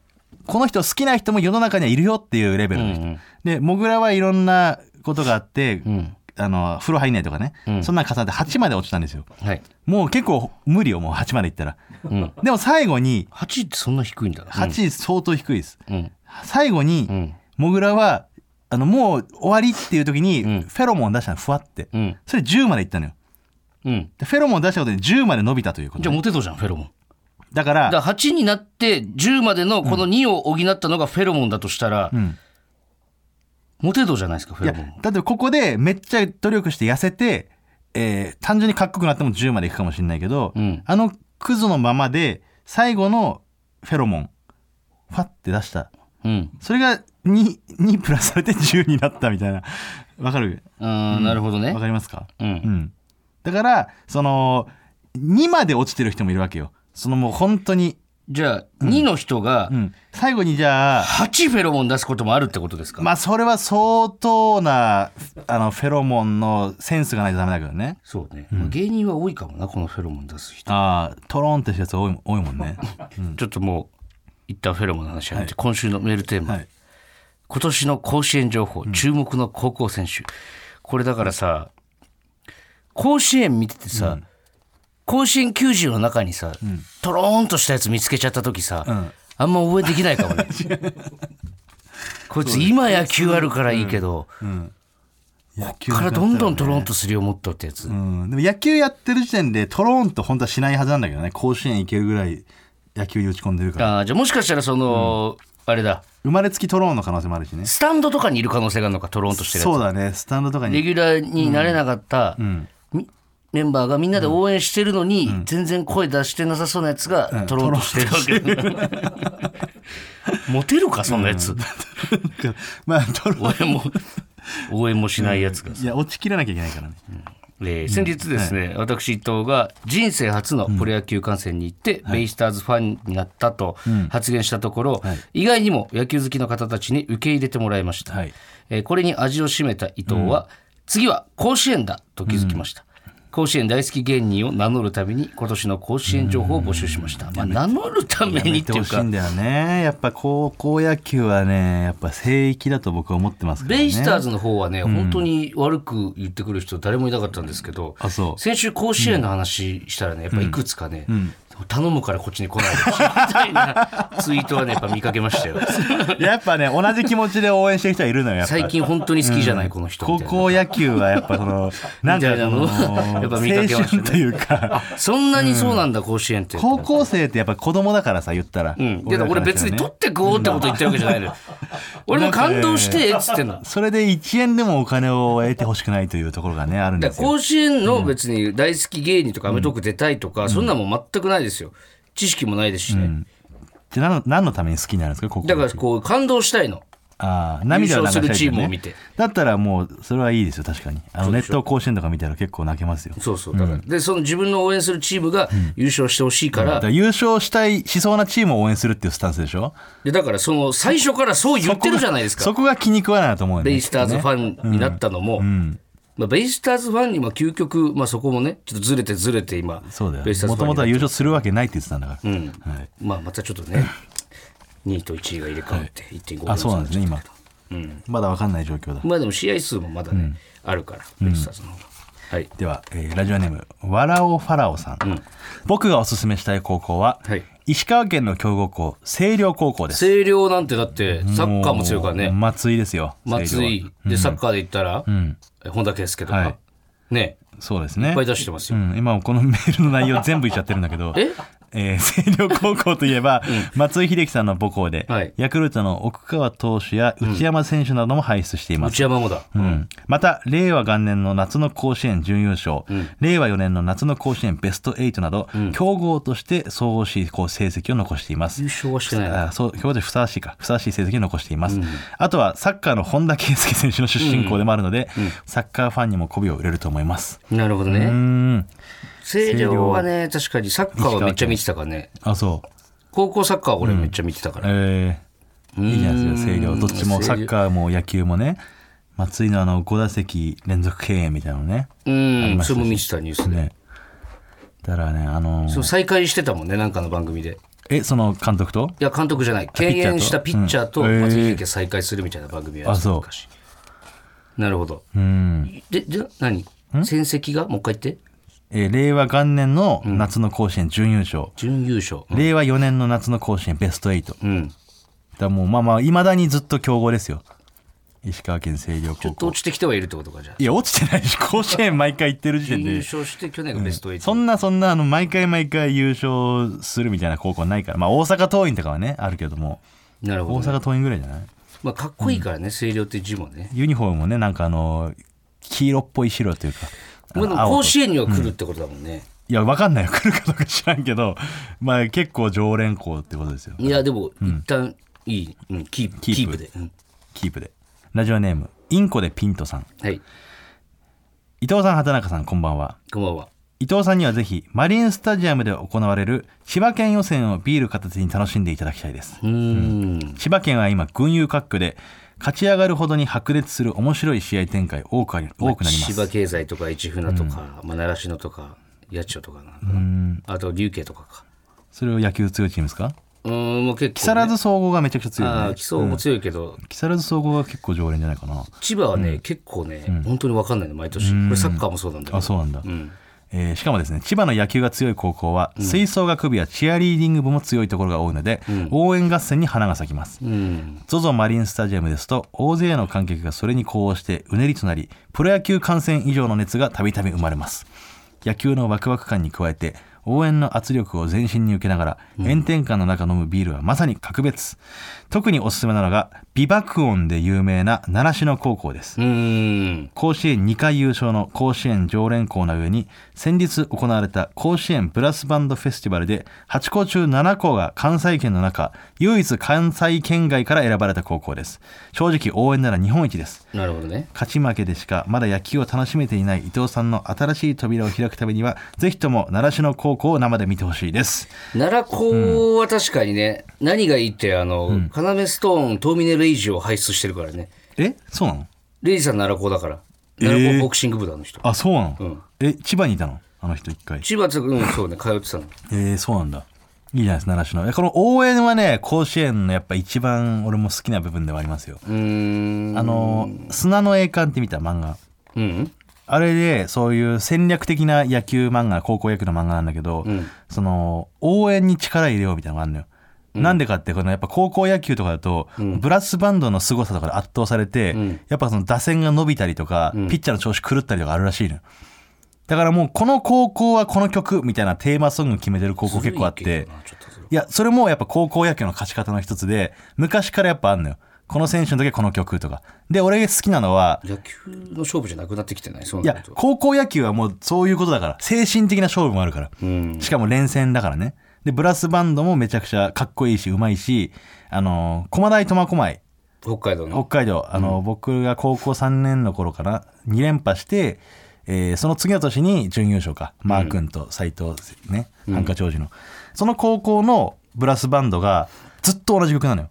Speaker 3: この人好きな人も世の中にはいるよっていうレベルの人、
Speaker 2: うんうん
Speaker 3: でモグラはいろんなことがあって、
Speaker 2: ん
Speaker 3: あの風呂入んないとかね、そんなん重なって8まで落ちたんですよ
Speaker 2: はい。
Speaker 3: もう結構無理よもう8までいったら
Speaker 2: うん。
Speaker 3: でも最後に
Speaker 2: 8ってそんな低いんだな。
Speaker 3: 8相当低いです、
Speaker 2: うん。
Speaker 3: 最後に、
Speaker 2: うん。
Speaker 3: モグラはあのもう終わりっていう時に、
Speaker 2: ん
Speaker 3: フェロモン出したのふわって、
Speaker 2: うん。
Speaker 3: それ10までいったのよ
Speaker 2: うん。
Speaker 3: でフェロモン出したことで10まで伸びたということ
Speaker 2: じゃあモテそうじゃん、フェロモン。
Speaker 3: だから
Speaker 2: だから8になって10までのこの2を補ったのがフェロモンだとしたら、
Speaker 3: ん
Speaker 2: モテ度じゃないですか、フ
Speaker 3: い
Speaker 2: ェ
Speaker 3: や
Speaker 2: ロモン。
Speaker 3: だってここでめっちゃ努力して痩せて、えー単純にかっこよくなっても10までいくかもしれないけど、
Speaker 2: うん
Speaker 3: あのクズのままで最後のフェロモンファッて出した
Speaker 2: うん。
Speaker 3: それが 2, 2プラスされて10になったみたいなわかる
Speaker 2: あーなるほどね
Speaker 3: わ。かりますか
Speaker 2: う。
Speaker 3: うんん、だからその2まで落ちてる人もいるわけよそのもう本当に、
Speaker 2: じゃあ2の人が
Speaker 3: うん、最後にじゃあ
Speaker 2: 8フェロモン出すこともあるってことですか、
Speaker 3: まあそれは相当なあのフェロモンのセンスがないとダメだけどね
Speaker 2: そうね、まあ芸人は多いかもな、このフェロモン出す人。
Speaker 3: ああトロンってしたやつ多いも多いも んね
Speaker 2: ちょっともう、一旦フェロモンの話やめて、今週のメールテーマ、
Speaker 3: はい
Speaker 2: 今年の甲子園情報、注目の高校選手。これだからさ、甲子園見ててさ、甲子園球児の中にさ、とろーんとしたやつ見つけちゃった時さ、
Speaker 3: ん
Speaker 2: あんま覚えできないか もね。こいつ今野球あるからいいけど、
Speaker 3: 野球
Speaker 2: からどんどんとろーんとするよう持っとってやつ。
Speaker 3: うん、でも野球やってる時点でトロンと本当はしないはずなんだけどね甲子園行けるぐらい野球に打ち込んでるから
Speaker 2: あーじゃあもしかしたらその、あれだ、
Speaker 3: 生まれつきトロンの可能性もあるしね
Speaker 2: スタンドとかにいる可能性があるのか、とろーんとしてるやつ
Speaker 3: そうだねスタンドとか
Speaker 2: レ
Speaker 3: に
Speaker 2: ギュラーになれなかった、みメンバーがみんなで応援してるのに、全然声出してなさそうなやつがトロンとしてるわけ、モテるかそんなやつ、
Speaker 3: まあトロン
Speaker 2: 応援も応援もしないやつが、
Speaker 3: いや落ちきらなきゃいけないからね、
Speaker 2: えー先日ですね、私伊藤が人生初のプロ野球観戦に行って、ベイスターズファンになったと発言したところ、意外にも野球好きの方たちに受け入れてもらいました、
Speaker 3: はい
Speaker 2: えーこれに味を占めた伊藤は、次は甲子園だと気づきました、甲子園大好き芸人を名乗るために今年の甲子園情報を募集しました、まあ、名乗るために
Speaker 3: 見
Speaker 2: って
Speaker 3: て
Speaker 2: い
Speaker 3: ほ
Speaker 2: う
Speaker 3: しい
Speaker 2: か
Speaker 3: んだよねやっぱ高校野球はねやっぱ聖域だと僕は思ってますからね
Speaker 2: ベイスター
Speaker 3: ズ
Speaker 2: ズの方はね、本当に悪く言ってくる人誰もいなかったんですけど、
Speaker 3: あそう
Speaker 2: 先週甲子園の話したらねやっぱいくつかね、頼むからこっちに来ないでほしいみたいなツイートはねやっぱ見かけましたよ
Speaker 3: やっぱね同じ気持ちで応援してる人はいるのよやっぱ
Speaker 2: 最近本当に好きじゃない、この人み
Speaker 3: 高
Speaker 2: たいな
Speaker 3: 校野球はやっぱ そのなんかその
Speaker 2: みたいな のをやっぱ見かけま
Speaker 3: 青
Speaker 2: したね
Speaker 3: 春というか
Speaker 2: そんなにそうなんだ、甲子園って
Speaker 3: 高校生ってやっぱ子供だからさ言ったら、
Speaker 2: うん、いやだから俺
Speaker 3: らから
Speaker 2: 別
Speaker 3: したらね
Speaker 2: に取ってこうってこと言ってるわけじゃない のよ。俺も感動してっつってんの。
Speaker 3: それで1円でもお金を得てほしくないというところがねあるん
Speaker 2: だ
Speaker 3: で
Speaker 2: から
Speaker 3: すよ
Speaker 2: 甲子園の別に大好き芸人とかアメトーク出たいとか、そんなもん全くないですよ。知識もないですしね。
Speaker 3: じゃあ何の何のために好きになるんですか高校
Speaker 2: だからこう感動したいの。
Speaker 3: あー涙を流したい
Speaker 2: 優
Speaker 3: とかね
Speaker 2: 勝するチームを見て
Speaker 3: だったらもうそれはいいですよ確かにあのネット甲子園とか見たら結構泣けますよ
Speaker 2: そうそう。だから、で、その自分の応援するチームが優勝してほしいか
Speaker 3: だ
Speaker 2: ら、
Speaker 3: から優勝したいしそうなチームを応援するっていうスタンスでしょ
Speaker 2: でだからその最初からそう言ってるじゃないです
Speaker 3: そ
Speaker 2: か。
Speaker 3: こが気に食わないなと思うよね
Speaker 2: ベイスターズフ
Speaker 3: ン
Speaker 2: ァンになったのも。まあ、ベイスターズファンにまあ究極、まあ、そこもねちょっとずれてずれて今
Speaker 3: そうだよ
Speaker 2: ベイスターズ
Speaker 3: も
Speaker 2: ファ
Speaker 3: と
Speaker 2: ンにな
Speaker 3: も
Speaker 2: っ
Speaker 3: と
Speaker 2: た
Speaker 3: は優勝するわけないって言ってたんだから、
Speaker 2: うん
Speaker 3: はい、
Speaker 2: まあまたちょっとね、2位と1位が入れ替わって1.5秒
Speaker 3: あそうなんですね今、
Speaker 2: ん
Speaker 3: まだ分かんない状況だ
Speaker 2: まあでも試合数もまだね、あるから、ベイスターズの方が。はい。
Speaker 3: では、えーラジオネームわらおファラオさん、僕がおすすめしたい高校は、
Speaker 2: はい
Speaker 3: 石川県の強豪校星稜高校です
Speaker 2: 星稜なんてだって、サッカーも強いから
Speaker 3: もう
Speaker 2: ね、
Speaker 3: 松井ですよ
Speaker 2: 松
Speaker 3: 星稜
Speaker 2: 井、で、サッカーで言ったら、本田圭佑とか、
Speaker 3: はい
Speaker 2: ね、
Speaker 3: はそうです
Speaker 2: い
Speaker 3: ね
Speaker 2: っぱい出してます
Speaker 3: う
Speaker 2: よ。
Speaker 3: ん、今もこのメールの 内容全部言っちゃってるんだけど
Speaker 2: え
Speaker 3: えー星稜高校といえば、松井秀喜さんの母校で、
Speaker 2: はい
Speaker 3: ヤクルトの奥川投手や内山選手なども輩出しています、
Speaker 2: 内山もだ。
Speaker 3: うんまた令和元年の夏の甲子園準優勝、令和4年の夏の甲子園ベスト8など、強豪として総合しいこう成績を残しています
Speaker 2: 優。勝はしてないな。
Speaker 3: あそう強豪でふさわしいかふさわしい成績を残しています、あとはサッカーの本田圭佑選手の出身校でもあるので、サッカーファンにも媚びを売れると思います
Speaker 2: なるほど
Speaker 3: う
Speaker 2: ね。
Speaker 3: ん
Speaker 2: 星稜はね、確かにサッカーはめっちゃ見てたからね。
Speaker 3: あそう
Speaker 2: 高校サッカーは俺めっちゃ見てたから。
Speaker 3: えー、いいじゃないですか星稜どっちもサッカーも野球もね松井のあの5打席連続敬遠みたいなのねあり
Speaker 2: うん、
Speaker 3: まし
Speaker 2: そ
Speaker 3: た
Speaker 2: れ
Speaker 3: し
Speaker 2: も見てたニュースで。
Speaker 3: ねだからねあのー
Speaker 2: そう再開してたもんね、なんかの番組で。
Speaker 3: えその監督と
Speaker 2: いや、監督じゃない。敬
Speaker 3: ッチャーと
Speaker 2: 遠したピッチャーと
Speaker 3: うん
Speaker 2: 松井秀喜が再会するみたいな番組やってた
Speaker 3: あそう
Speaker 2: 昔。なるほど。
Speaker 3: うん
Speaker 2: で、じゃあ何戦績がもう一回言って。
Speaker 3: えー令和元年の夏の甲子園準優勝、
Speaker 2: 準優勝。うん
Speaker 3: 令和4年の夏の甲子園ベスト8だか
Speaker 2: うん。
Speaker 3: らもうまあまあいまだにずっと強豪ですよ石川県星稜
Speaker 2: ちょっと
Speaker 3: 高校
Speaker 2: 落ちてきてはいるってことか、じゃあ。
Speaker 3: いや落ちてないし甲子園毎回行ってる時
Speaker 2: 準
Speaker 3: 点
Speaker 2: 優
Speaker 3: で
Speaker 2: 勝して去年がベスト8。
Speaker 3: そんなそんなあの毎回毎回優勝するみたいな高校ないからまあ大阪桐蔭とかはねあるけども
Speaker 2: なる
Speaker 3: 大
Speaker 2: ほどね。
Speaker 3: 阪桐蔭ぐらいじゃない
Speaker 2: まあ、かっこいいからね、星稜って字もね。
Speaker 3: ユニフォームもねなんかあの黄色っぽい白というか
Speaker 2: まあ、でも
Speaker 3: あの
Speaker 2: 甲
Speaker 3: 青と
Speaker 2: 子園には来るってことだもんね。
Speaker 3: いやわかんないよ来るかどうか知らんけどまあ結構常連校ってことですよ
Speaker 2: いや、でも、一旦、いい、うん、キープ、
Speaker 3: キ
Speaker 2: キー
Speaker 3: ープ
Speaker 2: プで。うん
Speaker 3: キープでラジオネームインコでピントさん
Speaker 2: はい、
Speaker 3: 伊藤さん畑中さんこんばんは
Speaker 2: こんばんは。
Speaker 3: 伊藤さんにはぜひマリンスタジアムで行われる千葉県予選をビール片手に楽しんでいただきたいです
Speaker 2: うーん。
Speaker 3: 千葉県は今群雄割拠で勝ち上がるほどに白熱する面白い試合展開多くあり多くなりま
Speaker 2: 千葉
Speaker 3: す
Speaker 2: 経済とか市船とか、まあ、習志野とか八千代とかなのかなあと琉球とかか
Speaker 3: それを野球強いチームですか
Speaker 2: うーんもう結構、ね、
Speaker 3: 木更津総合がめちゃくちゃ強い
Speaker 2: あ
Speaker 3: よ
Speaker 2: あ
Speaker 3: ね
Speaker 2: 木曽も強いけど、
Speaker 3: 木更津総合が結構常連じゃないかな
Speaker 2: 千葉はね、結構ね、本当に分かんないの毎年、これサッカーもそうなんだけど
Speaker 3: あそうなんだ、
Speaker 2: ん
Speaker 3: えーしかもですね千葉の野球が強い高校は、吹奏楽部やチアリーディング部も強いところが多いので、応援合戦に花が咲きます、
Speaker 2: うん、
Speaker 3: ZOZO マリンスタジアムですと大勢の観客がそれに呼応してうねりとなりプロ野球観戦以上の熱がたびたび生まれます野球のワクワク感に加えて応援の圧力を全身に受けながら炎天下の中飲むビールはまさに格別特におすすめなのが美爆音で有名な習志野高校です
Speaker 2: うーん
Speaker 3: 甲子園2回優勝の甲子園常連校な上に先日行われた甲子園ブラスバンドフェスティバルで8校中7校が関西圏の中唯一関西圏外から選ばれた高校です正直応援なら日本一です
Speaker 2: なるほどね
Speaker 3: 勝ち負けでしかまだ野球を楽しめていない伊藤さんの新しい扉を開くためにはぜひとも習志野高校を生で見てほしいです
Speaker 2: 奈良高は確かにね、何がいいってあの、要ストーントーミネ・レイジを輩出してるからね
Speaker 3: えそうなの
Speaker 2: レイジさん奈良高だから
Speaker 3: えー
Speaker 2: 奈良高ボクシング部だあの人、
Speaker 3: あそうなの、
Speaker 2: うん
Speaker 3: え千葉にいたのあの人一回
Speaker 2: 千葉つうんそうね通ってたの
Speaker 3: えー、そうなんだ。いいじゃないですか、習志野。いやこの応援はね、甲子園のやっぱ一番俺も好きな部分ではありますよ。
Speaker 2: うーん
Speaker 3: あのー、砂の栄冠って見た漫画。
Speaker 2: うん
Speaker 3: あれで、そういう戦略的な野球漫画、高校野球の漫画なんだけど、
Speaker 2: ん
Speaker 3: その、応援に力入れようみたいなのがあるのよ。なんでかって、このやっぱ高校野球とかだと、ブラスバンドの凄さとかで圧倒されて、
Speaker 2: ん
Speaker 3: やっぱその打線が伸びたりとか、ピッチャーの調子狂ったりとかあるらしいのよ。だからもうこの高校はこの曲みたいなテーマソング決めてる高校結構あっ
Speaker 2: ずるい
Speaker 3: て
Speaker 2: けど、なちょっとそれ
Speaker 3: いや、それもやっぱ高校野球の勝ち方の一つで、昔からやっぱあんのよ。この選手の時はこの曲とか。で、俺好きなのは、
Speaker 2: 野球の勝負じゃなくなってきてないそう
Speaker 3: い
Speaker 2: な
Speaker 3: や
Speaker 2: ると、
Speaker 3: 高校野球はもうそういうことだから、精神的な勝負もあるから。
Speaker 2: うん
Speaker 3: しかも連戦だからね。で、ブラスバンドもめちゃくちゃかっこいいし、うまいし、あのー、駒大苫小牧、
Speaker 2: 北海道
Speaker 3: 北
Speaker 2: の
Speaker 3: 海道、あのー、僕が高校3年の頃かな、2連覇して、えーその次の年に準優勝か。マー君と斎藤ね、ハンカ長寿の。その高校のブラスバンドがずっと同じ曲なのよ。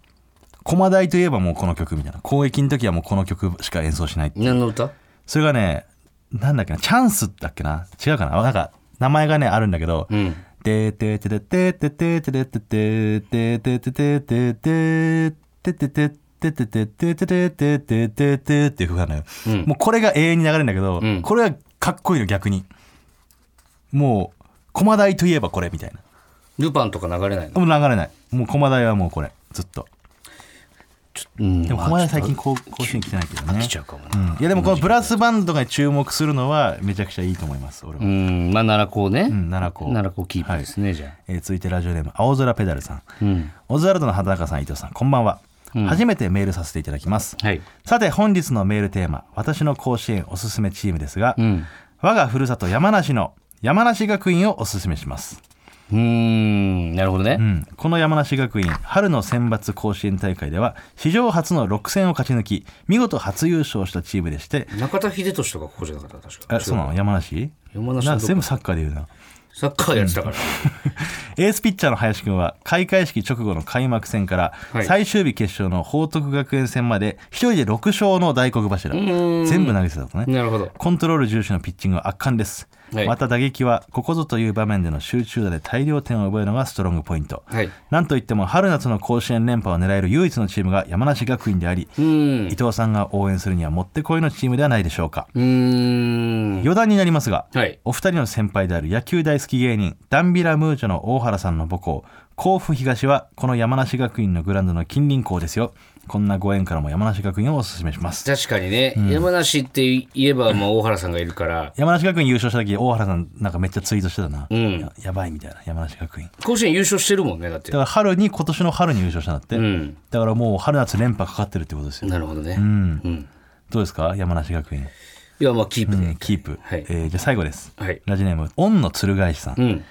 Speaker 3: 駒大といえばもうこの曲みたいな。攻撃の時はもうこの曲しか演奏しないっていう
Speaker 2: 何の歌
Speaker 3: それがね、なんだっけな、チャンスだっけな違うかななんか、名前がね、あるんだけど、
Speaker 2: うん
Speaker 3: てててててててててててててててててててててててててててててっていう曲があるのよ。もうこれが永遠に流れるんだけど、これはかっこいいの逆に。もう、駒台といえばこれみたいな。
Speaker 2: ルパンとか流れないの
Speaker 3: もう流れない。もう駒台はもうこれ、ずっと。
Speaker 2: うん
Speaker 3: でも
Speaker 2: ま
Speaker 3: 駒
Speaker 2: あ
Speaker 3: 台最近甲子園来てないけど
Speaker 2: 飽
Speaker 3: ね
Speaker 2: き。ちゃうかも
Speaker 3: う
Speaker 2: なん
Speaker 3: いやでもこのブラスバンドが注目するのはめちゃくちゃいいと思います、俺は。
Speaker 2: うんまあ奈良高ね
Speaker 3: うん奈良高
Speaker 2: 奈良高キープですねじゃ
Speaker 3: えー続いてラジオネーム青空ペダルさん、
Speaker 2: あうん
Speaker 3: オズワルドの畑中さん伊藤さんこんばんは、初めてメールさせていただきます、
Speaker 2: はい
Speaker 3: さて本日のメールテーマ「私の甲子園おすすめチーム」ですが、
Speaker 2: うん
Speaker 3: 我がふるさと山梨の山梨学院をおすすめします、
Speaker 2: うーんなるほど
Speaker 3: う
Speaker 2: ね
Speaker 3: んこの山梨学院春の選抜甲子園大会では史上初の6戦を勝ち抜き見事初優勝したチームでして
Speaker 2: 中田秀俊とかここじゃなかった確か
Speaker 3: あそうなの山梨
Speaker 2: 山梨
Speaker 3: な
Speaker 2: のど
Speaker 3: んか
Speaker 2: こ
Speaker 3: 全部サッカーで言うな
Speaker 2: サッカーやってたから
Speaker 3: エースピッチャーの林くんは開会式直後の開幕戦から
Speaker 2: はい
Speaker 3: 最終日決勝の報徳学園戦まで一人で6勝の大黒柱全部投げてたとね
Speaker 2: なるほど。
Speaker 3: コントロール重視のピッチングは圧巻です、
Speaker 2: はい
Speaker 3: また打撃はここぞという場面での集中打で大量点を奪うのがストロングポイント、
Speaker 2: はい。
Speaker 3: なんといっても春夏の甲子園連覇を狙える唯一のチームが山梨学院であり、
Speaker 2: うーん。
Speaker 3: 伊藤さんが応援するにはもってこいのチームではないでしょうか、
Speaker 2: うーん。
Speaker 3: 余談になりますが、
Speaker 2: はい。
Speaker 3: お二人の先輩である野球大好き芸人ダンビラムーチョの大原さんの母校甲府東はこの山梨学院のグラウンドの近隣校ですよこんなご縁からも山梨学院をおすすめします
Speaker 2: 確かにね、山梨って言えば、まあ、大原さんがいるから、
Speaker 3: 山梨学院優勝した時大原さんなんかめっちゃツイートしてたな、
Speaker 2: ん
Speaker 3: ややばいみたいな山梨学院だ
Speaker 2: 甲子園優勝してるもんね、だって
Speaker 3: か。ら春に今年の春に優勝したんだって、
Speaker 2: うん。
Speaker 3: だからもう春夏連覇かかってるってことですよ、
Speaker 2: なるほどね。
Speaker 3: うん
Speaker 2: うん。
Speaker 3: どうですか山梨学院、
Speaker 2: いや、まあ、キープ
Speaker 3: うん
Speaker 2: で。
Speaker 3: キープ、
Speaker 2: はい
Speaker 3: えーじゃあ最後です、
Speaker 2: はい。
Speaker 3: ラジオネーム恩の鶴返しさん、
Speaker 2: うん。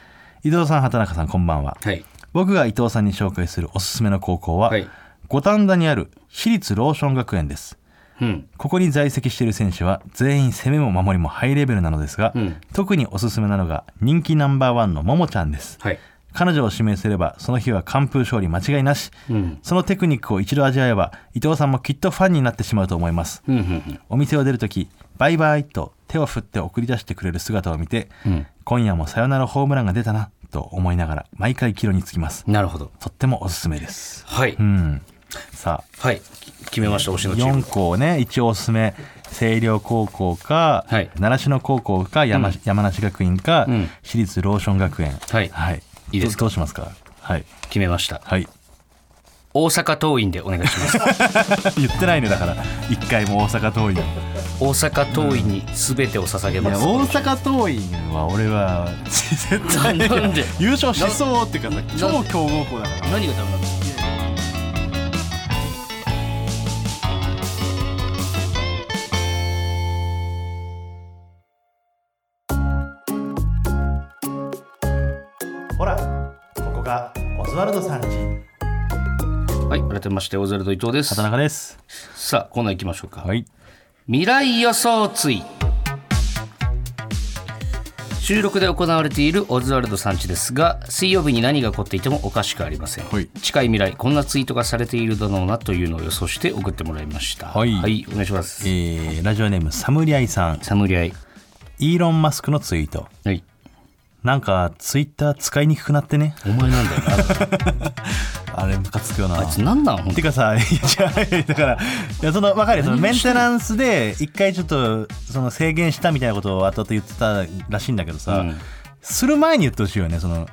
Speaker 3: 伊藤さん畑中さんこんばんは
Speaker 2: はい。
Speaker 3: 僕が伊藤さんに紹介するおすすめの高校は、
Speaker 2: はい
Speaker 3: 五反田にある私立ローション学園です
Speaker 2: うん。
Speaker 3: ここに在籍している選手は全員攻めも守りもハイレベルなのですが、
Speaker 2: うん
Speaker 3: 特におすすめなのが人気ナンバーワンのももちゃんです
Speaker 2: はい。
Speaker 3: 彼女を指名すればその日は完封勝利間違いなし、
Speaker 2: うん。
Speaker 3: そのテクニックを一度味わえば伊藤さんもきっとファンになってしまうと思います
Speaker 2: うん。うん。
Speaker 3: お店を出るときバイバイと手を振って送り出してくれる姿を見て、
Speaker 2: うん
Speaker 3: 今夜もさよならホームランが出たなと思いながら毎回帰路につきます
Speaker 2: なるほど。
Speaker 3: とってもおすすめです。
Speaker 2: はい。
Speaker 3: うん。さあ、
Speaker 2: はい。き決めました、推しのチーム
Speaker 3: 4。校ね、一応おすすめ、星稜高校か、
Speaker 2: はい
Speaker 3: 習志野高校か山、山梨学院か、
Speaker 2: うん
Speaker 3: 私立ローション学園。
Speaker 2: はい
Speaker 3: はい。
Speaker 2: いいです
Speaker 3: どどうしますかはい。
Speaker 2: 決めました。
Speaker 3: はい。
Speaker 2: 大阪桐蔭でお願いします。
Speaker 3: 言ってないね、だから。一回も大阪桐蔭。
Speaker 2: 大阪桐蔭に全てを捧げ
Speaker 3: い
Speaker 2: ま
Speaker 3: や、
Speaker 2: す。
Speaker 3: 大阪桐蔭は俺は、絶対
Speaker 2: ななんで
Speaker 3: 優勝しそうっていうかさ、超強豪校だから。
Speaker 2: 何がダメなんですか
Speaker 3: ほら、ここがオズワルドさんち。
Speaker 2: はい、改めまして、オズワルド伊藤です
Speaker 3: 田。中です。
Speaker 2: さあ、コーナー行きましょうか。
Speaker 3: はい。
Speaker 2: 未来予想追収録で行われているオズワルドさんちですが水曜日に何が起こっていてもおかしくありません、
Speaker 3: はい
Speaker 2: 近い未来こんなツイートがされているだろうなというのを予想して送ってもらいました
Speaker 3: はい
Speaker 2: お願いします、
Speaker 3: えーラジオネームサムリアイさん。
Speaker 2: サムリアイ
Speaker 3: イーロン・マスクのツイート
Speaker 2: はい
Speaker 3: なんかツイッター使いにくくなってね
Speaker 2: お前なんだよ な
Speaker 3: あれムカつくよな
Speaker 2: あいつ何なん本当
Speaker 3: てかさいや違うだからいやその分かるよそのメンテナンスで一回ちょっとその制限したみたいなことを後々言ってたらしいんだけどさ、
Speaker 2: うん
Speaker 3: する前に言ってほしいよねその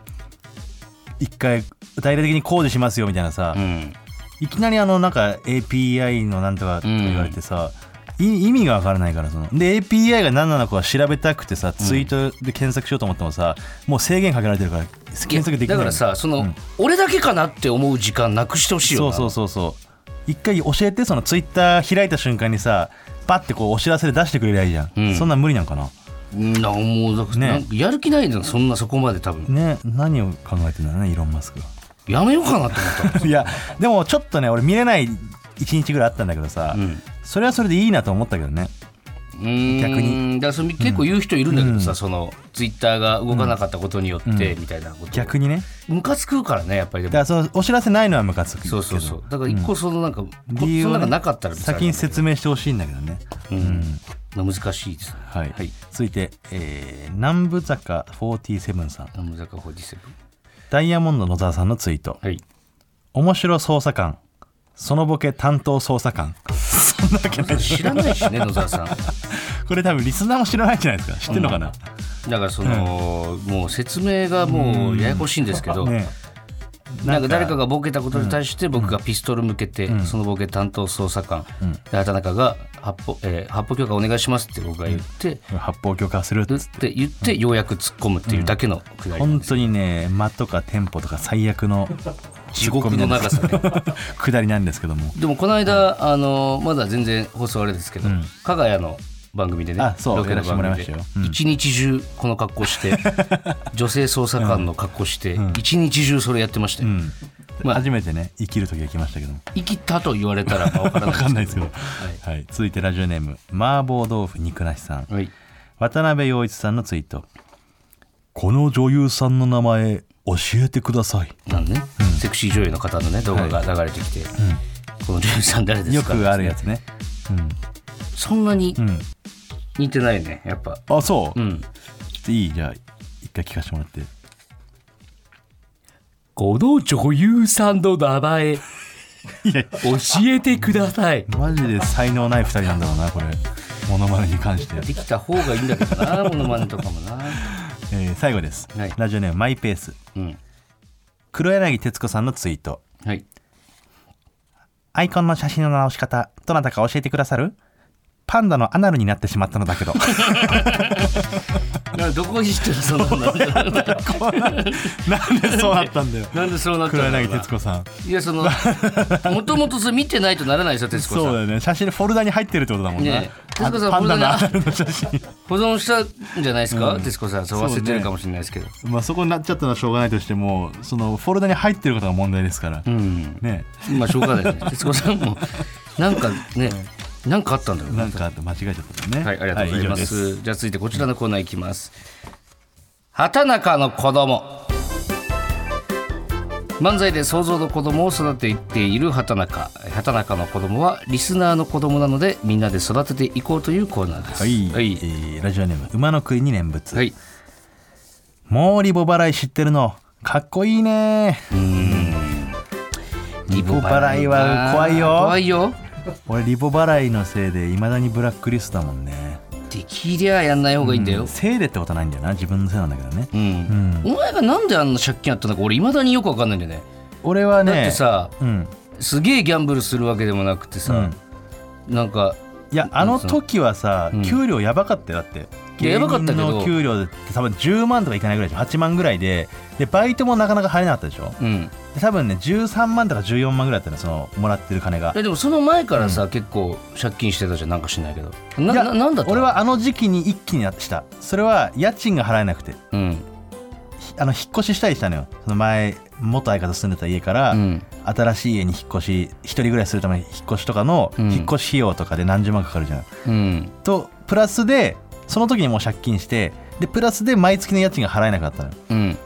Speaker 3: 一回具体的に工事しますよみたいなさ、
Speaker 2: うん
Speaker 3: いきなりあのなんか API のなんとかとか言われてさ、い意味がわからないからそので API が何なのかを調べたくてさツイートで検索しようと思ってもさ、もう制限かけられてるから検索できな
Speaker 2: だ
Speaker 3: い
Speaker 2: からさその、
Speaker 3: うん
Speaker 2: 俺だけかなって思う時間なくしてほしいよ
Speaker 3: そう
Speaker 2: な
Speaker 3: そうそうそう一回教えてそのツイッター開いた瞬間にさパッてこうお知らせで出してくれりゃいいじゃん、
Speaker 2: うん
Speaker 3: そんなん無理なんかな
Speaker 2: なもうだから
Speaker 3: ね
Speaker 2: なんかやる気ないんだよそんなそこまで多分
Speaker 3: ね何を考えてんだろうねイーロン・マスクは
Speaker 2: やめようか なと思っ
Speaker 3: いやでもちょっとね俺見れない一日ぐらいあったんだけどさ、
Speaker 2: た、うん
Speaker 3: それはそれでいいなと思ったけどね逆
Speaker 2: 逆
Speaker 3: に
Speaker 2: にだからそれ結構言う人いるんだけどさ、そのツイッターが動かなかったことによってみたいなこと、
Speaker 3: 逆にね
Speaker 2: ムカつくからねやっぱりで
Speaker 3: だか
Speaker 2: も
Speaker 3: らそのお知らせないのはムカつくけ
Speaker 2: そ
Speaker 3: ど
Speaker 2: うそうそうだから一個そのなんか、こ
Speaker 3: 理由
Speaker 2: そ
Speaker 3: を
Speaker 2: の
Speaker 3: ね
Speaker 2: なんかなかったら別
Speaker 3: 先に
Speaker 2: に
Speaker 3: 説明してほしいんだけどね
Speaker 2: うんまあ難しいですね
Speaker 3: はい、
Speaker 2: はい
Speaker 3: 続いて、えー南部坂47さん
Speaker 2: 南坂47
Speaker 3: ダイヤモンド野沢さんのツイート
Speaker 2: はい
Speaker 3: 面白捜査官そのボケ担当捜査官そんなわけない
Speaker 2: 知らないしね野沢さん
Speaker 3: これ多分リスナーも知らないんじゃないですか知ってるのかな、
Speaker 2: だからその、もう説明がもうややこしいんですけど、
Speaker 3: ね
Speaker 2: なんか誰かがボケたことに対して僕がピストル向けて、そのボケ担当捜査官、で畑中が発砲、えー発砲許可お願いしますって僕が言って、
Speaker 3: 発砲許可するっ
Speaker 2: るっ
Speaker 3: つって
Speaker 2: 言ってようやく突っ込むっていうだけのくだり、
Speaker 3: 本当にね間とかテンポとか最悪の
Speaker 2: 地獄の長さ ね
Speaker 3: 下りなんですけども
Speaker 2: でもこの間、あのまだ全然放送あれですけど、加賀谷の番組でね
Speaker 3: あそう
Speaker 2: ロケの番組
Speaker 3: やらせ
Speaker 2: で
Speaker 3: てもらいましたようん
Speaker 2: 一日中この格好して 女性捜査官の格好して一日中それやってましたよ、
Speaker 3: うん
Speaker 2: まあ
Speaker 3: 初めてね生きる時が来ましたけども
Speaker 2: 生きたと言われたらまあ分からない
Speaker 3: わかんないですけど、
Speaker 2: は
Speaker 3: はい続いてラジオネーム麻婆豆腐肉なしさん、
Speaker 2: い、はい、
Speaker 3: 渡辺陽一さんのツイートこの女優さんの名前教えてください
Speaker 2: なんね、セクシー女優の方のね動画が流れてきて、この女優さん誰です
Speaker 3: よ
Speaker 2: か
Speaker 3: くあるやつね
Speaker 2: そんなに
Speaker 3: うん
Speaker 2: 似てないねやっぱ
Speaker 3: あそう、
Speaker 2: うん
Speaker 3: いいじゃあ一回聞かせてもらって
Speaker 2: この女優さんの名前教
Speaker 3: やい
Speaker 2: えてください
Speaker 3: マジで才能ない二人なんだろうなこれモノマネに関して、
Speaker 2: できた方がいいんだけどなモノマネとかもな
Speaker 3: えー最後です、
Speaker 2: はい
Speaker 3: ラジオネームマイペース
Speaker 2: うん
Speaker 3: 黒柳徹子さんのツイート
Speaker 2: はい
Speaker 3: アイコンの写真の直し方どなたか教えてくださるパンダのアナルになってしまったのだけど
Speaker 2: などこいじってるそんなのなんで
Speaker 3: なんでそうなったんだよ
Speaker 2: なんでそうなった
Speaker 3: 黒
Speaker 2: の
Speaker 3: 柳徹子さん
Speaker 2: いやそのもともとそれ見てないとならないですよ徹子さん
Speaker 3: そうだよね写真フォルダに入ってるってことだもんね
Speaker 2: ねえ徹子さん
Speaker 3: パン
Speaker 2: フォル
Speaker 3: ダのア
Speaker 2: ダ
Speaker 3: ナルの写真
Speaker 2: 保存したんじゃないですか、徹子さんそう忘れてるかもしれないですけど、
Speaker 3: まあそこになっちゃったのはしょうがないとしてもそのフォルダに入ってることが問題ですから、
Speaker 2: うん
Speaker 3: ね
Speaker 2: まあしょうがないですね徹子さんもなんかね、なんかあったんだろう
Speaker 3: え
Speaker 2: な
Speaker 3: なんかあって間違えちゃったね
Speaker 2: はい、ありがとうございま。
Speaker 3: は以上です
Speaker 2: じゃあ続いてこちらのコーナーいきます。畑中の子供。漫才で想像の子供を育てていっている畑中。畑中の子供はリスナーの子供なので、みんなで育てていこうというコーナーです。
Speaker 3: はい、
Speaker 2: はい。
Speaker 3: えーラジオネーム馬の国に念仏、
Speaker 2: はい
Speaker 3: もうリボ払い知ってるのかっこいいね
Speaker 2: リ
Speaker 3: ボ払いは怖いよ
Speaker 2: 怖いよ。
Speaker 3: 俺リボ払いのせいでいまだにブラックリストだもんね
Speaker 2: できりゃやんない方がいいんだよ。
Speaker 3: せいでってことはないんだよな自分のせいなんだけどね、
Speaker 2: うんお前がなんであんな借金あったのか、俺いまだによくわかんないんだよね。
Speaker 3: 俺はね
Speaker 2: だってさ、
Speaker 3: うん
Speaker 2: すげえギャンブルするわけでもなくて
Speaker 3: う
Speaker 2: さ
Speaker 3: ん、、
Speaker 2: なんか
Speaker 3: いやあの時はさ、給料やばかったよだって
Speaker 2: いややばかったけど
Speaker 3: 芸人の給料って多分10万とかいかないぐらいでしょ8万ぐらいででバイトもなかなか入れなかったでしょ
Speaker 2: うん、
Speaker 3: で多分ね13万とか14万ぐらいだったのそのもらってる金が
Speaker 2: えでもその前からさ、結構借金してたじゃんなんかしないけどない
Speaker 3: や
Speaker 2: ななんだったの
Speaker 3: 俺はあの時期に一気になしたそれは家賃が払えなくて
Speaker 2: うん
Speaker 3: ひあの引っ越ししたりしたのよその前元相方住んでた家から、
Speaker 2: うん
Speaker 3: 新しい家に引っ越し一人暮らしするために引っ越しとかの
Speaker 2: うん
Speaker 3: 引っ越し費用とかで何十万かかるじゃん、
Speaker 2: うん
Speaker 3: とプラスでその時にもう借金してでプラスで毎月の家賃が払えなかったのよ
Speaker 2: うん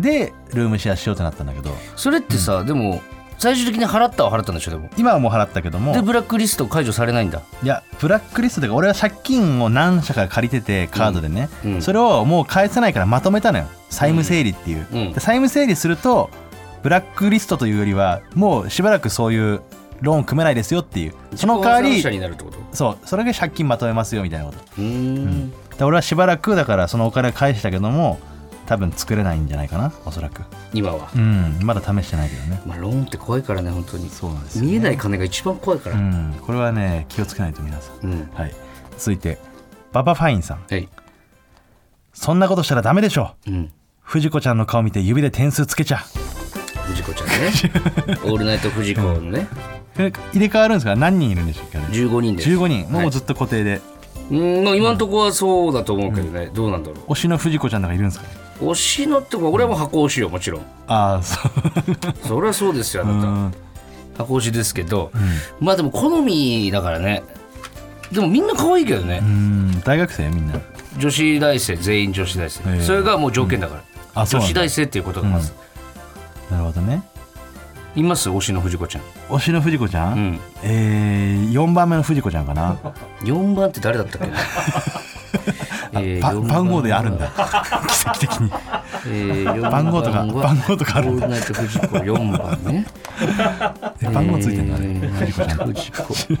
Speaker 3: でルームシェアしようってなったんだけど
Speaker 2: それってさ、でも最終的に払ったは払ったんでしょでも
Speaker 3: 今はもう払ったけども
Speaker 2: でブラックリスト解除されないんだ
Speaker 3: いやブラックリストというか俺は借金を何社か借りててカードでね、
Speaker 2: うんうん
Speaker 3: それをもう返せないからまとめたのよ債務整理っていう、
Speaker 2: うんうん
Speaker 3: で債務整理するとブラックリストというよりはもうしばらくそういうローン組めないですよっていうその代わ
Speaker 2: 自己破産
Speaker 3: り
Speaker 2: 者になるってこと
Speaker 3: そうそれで借金まとめますよみたいなこと
Speaker 2: うーん
Speaker 3: で俺はしばらくだからそのお金返したけども多分作れないんじゃないかなおそらく
Speaker 2: 今は
Speaker 3: う、んまだ試してないけどね
Speaker 2: まあ、ローンって怖いからね本当に
Speaker 3: そうなんですよね
Speaker 2: 見えない金が一番怖いか
Speaker 3: う
Speaker 2: ら
Speaker 3: んこれはね気をつけないと皆さん、
Speaker 2: うん、
Speaker 3: はい続いてババファインさん
Speaker 2: はい
Speaker 3: そんなことしたらダメでしょ
Speaker 2: うん
Speaker 3: 藤子ちゃんの顔見て指で点数つけちゃ
Speaker 2: 藤子ちゃ んねオールナイト藤子のね
Speaker 3: え入れ替わるんですか何人いるんでしょうかね
Speaker 2: 15人です
Speaker 3: 15人
Speaker 2: は
Speaker 3: も
Speaker 2: いう
Speaker 3: ずっと固定で、
Speaker 2: うんまあ今のとこはそうだと思うけどね、どうなんだろ
Speaker 3: 推しの藤子ちゃんとかいるんですかね
Speaker 2: う推しのってこ俺はもう箱推しよもち ろん
Speaker 3: ああそう
Speaker 2: そりゃそうですよあ
Speaker 3: う
Speaker 2: なた
Speaker 3: ん
Speaker 2: 箱推しですけど、まあでも好みだからねでもみんな可愛いけどね、
Speaker 3: うん大学生みんな
Speaker 2: 女子大生全員女子大生、
Speaker 3: ええ
Speaker 2: それがもう条件だから、
Speaker 3: うんあそう
Speaker 2: 女
Speaker 3: な
Speaker 2: 子
Speaker 3: んだ
Speaker 2: 大生っていうことがまず、
Speaker 3: なるほどね
Speaker 2: います推しの藤子ちゃ
Speaker 3: 推しの藤子ちゃ、
Speaker 2: ん、うんん、
Speaker 3: えー、4番目の藤子ちゃんかな
Speaker 2: 4番って誰だ ったっけな えー
Speaker 3: ば
Speaker 2: 四
Speaker 3: 番号であるん だ奇跡的に
Speaker 2: えー四
Speaker 3: 番号とか
Speaker 2: は
Speaker 3: 番号とかあるん
Speaker 2: オー
Speaker 3: だ
Speaker 2: ルナイト藤子4番ね
Speaker 3: え番号ついてるんだ
Speaker 2: え
Speaker 3: ね、
Speaker 2: ー
Speaker 3: 藤子ちゃんどう
Speaker 2: 藤子
Speaker 3: いう
Speaker 2: ちょっ
Speaker 3: こと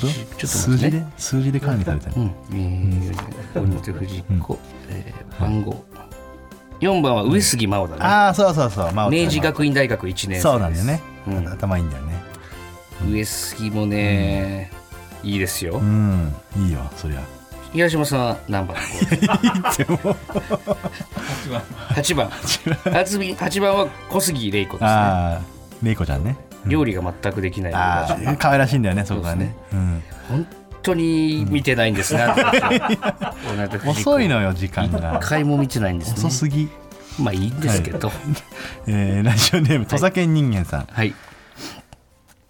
Speaker 2: と待ってね
Speaker 3: 数字で数字で管理されてる、
Speaker 2: うん、えー、オルナイト藤子、えー番号4番は上杉真央だね、
Speaker 3: ああそうそうそう、まあ、
Speaker 2: 明治学院大学1年生です
Speaker 3: そうなんだよね、
Speaker 2: うん
Speaker 3: 頭いいんだよね
Speaker 2: 上杉もね、いいですよ、
Speaker 3: うんいいよそりゃ
Speaker 2: 東島さん何番8番8番八番は小杉玲子ですね
Speaker 3: ああメイコちゃんね
Speaker 2: 料理が全くできない
Speaker 3: あ
Speaker 2: ので
Speaker 3: あ可愛らしいんだよねそこがねうん
Speaker 2: 本当に見てないんですね、 あの人同じ時
Speaker 3: 遅いのよ時間が
Speaker 2: 一回も見てないんです
Speaker 3: 遅
Speaker 2: ね
Speaker 3: すぎ、
Speaker 2: まあいいんですけどはい、
Speaker 3: えーラジオネーム土佐犬人間さん、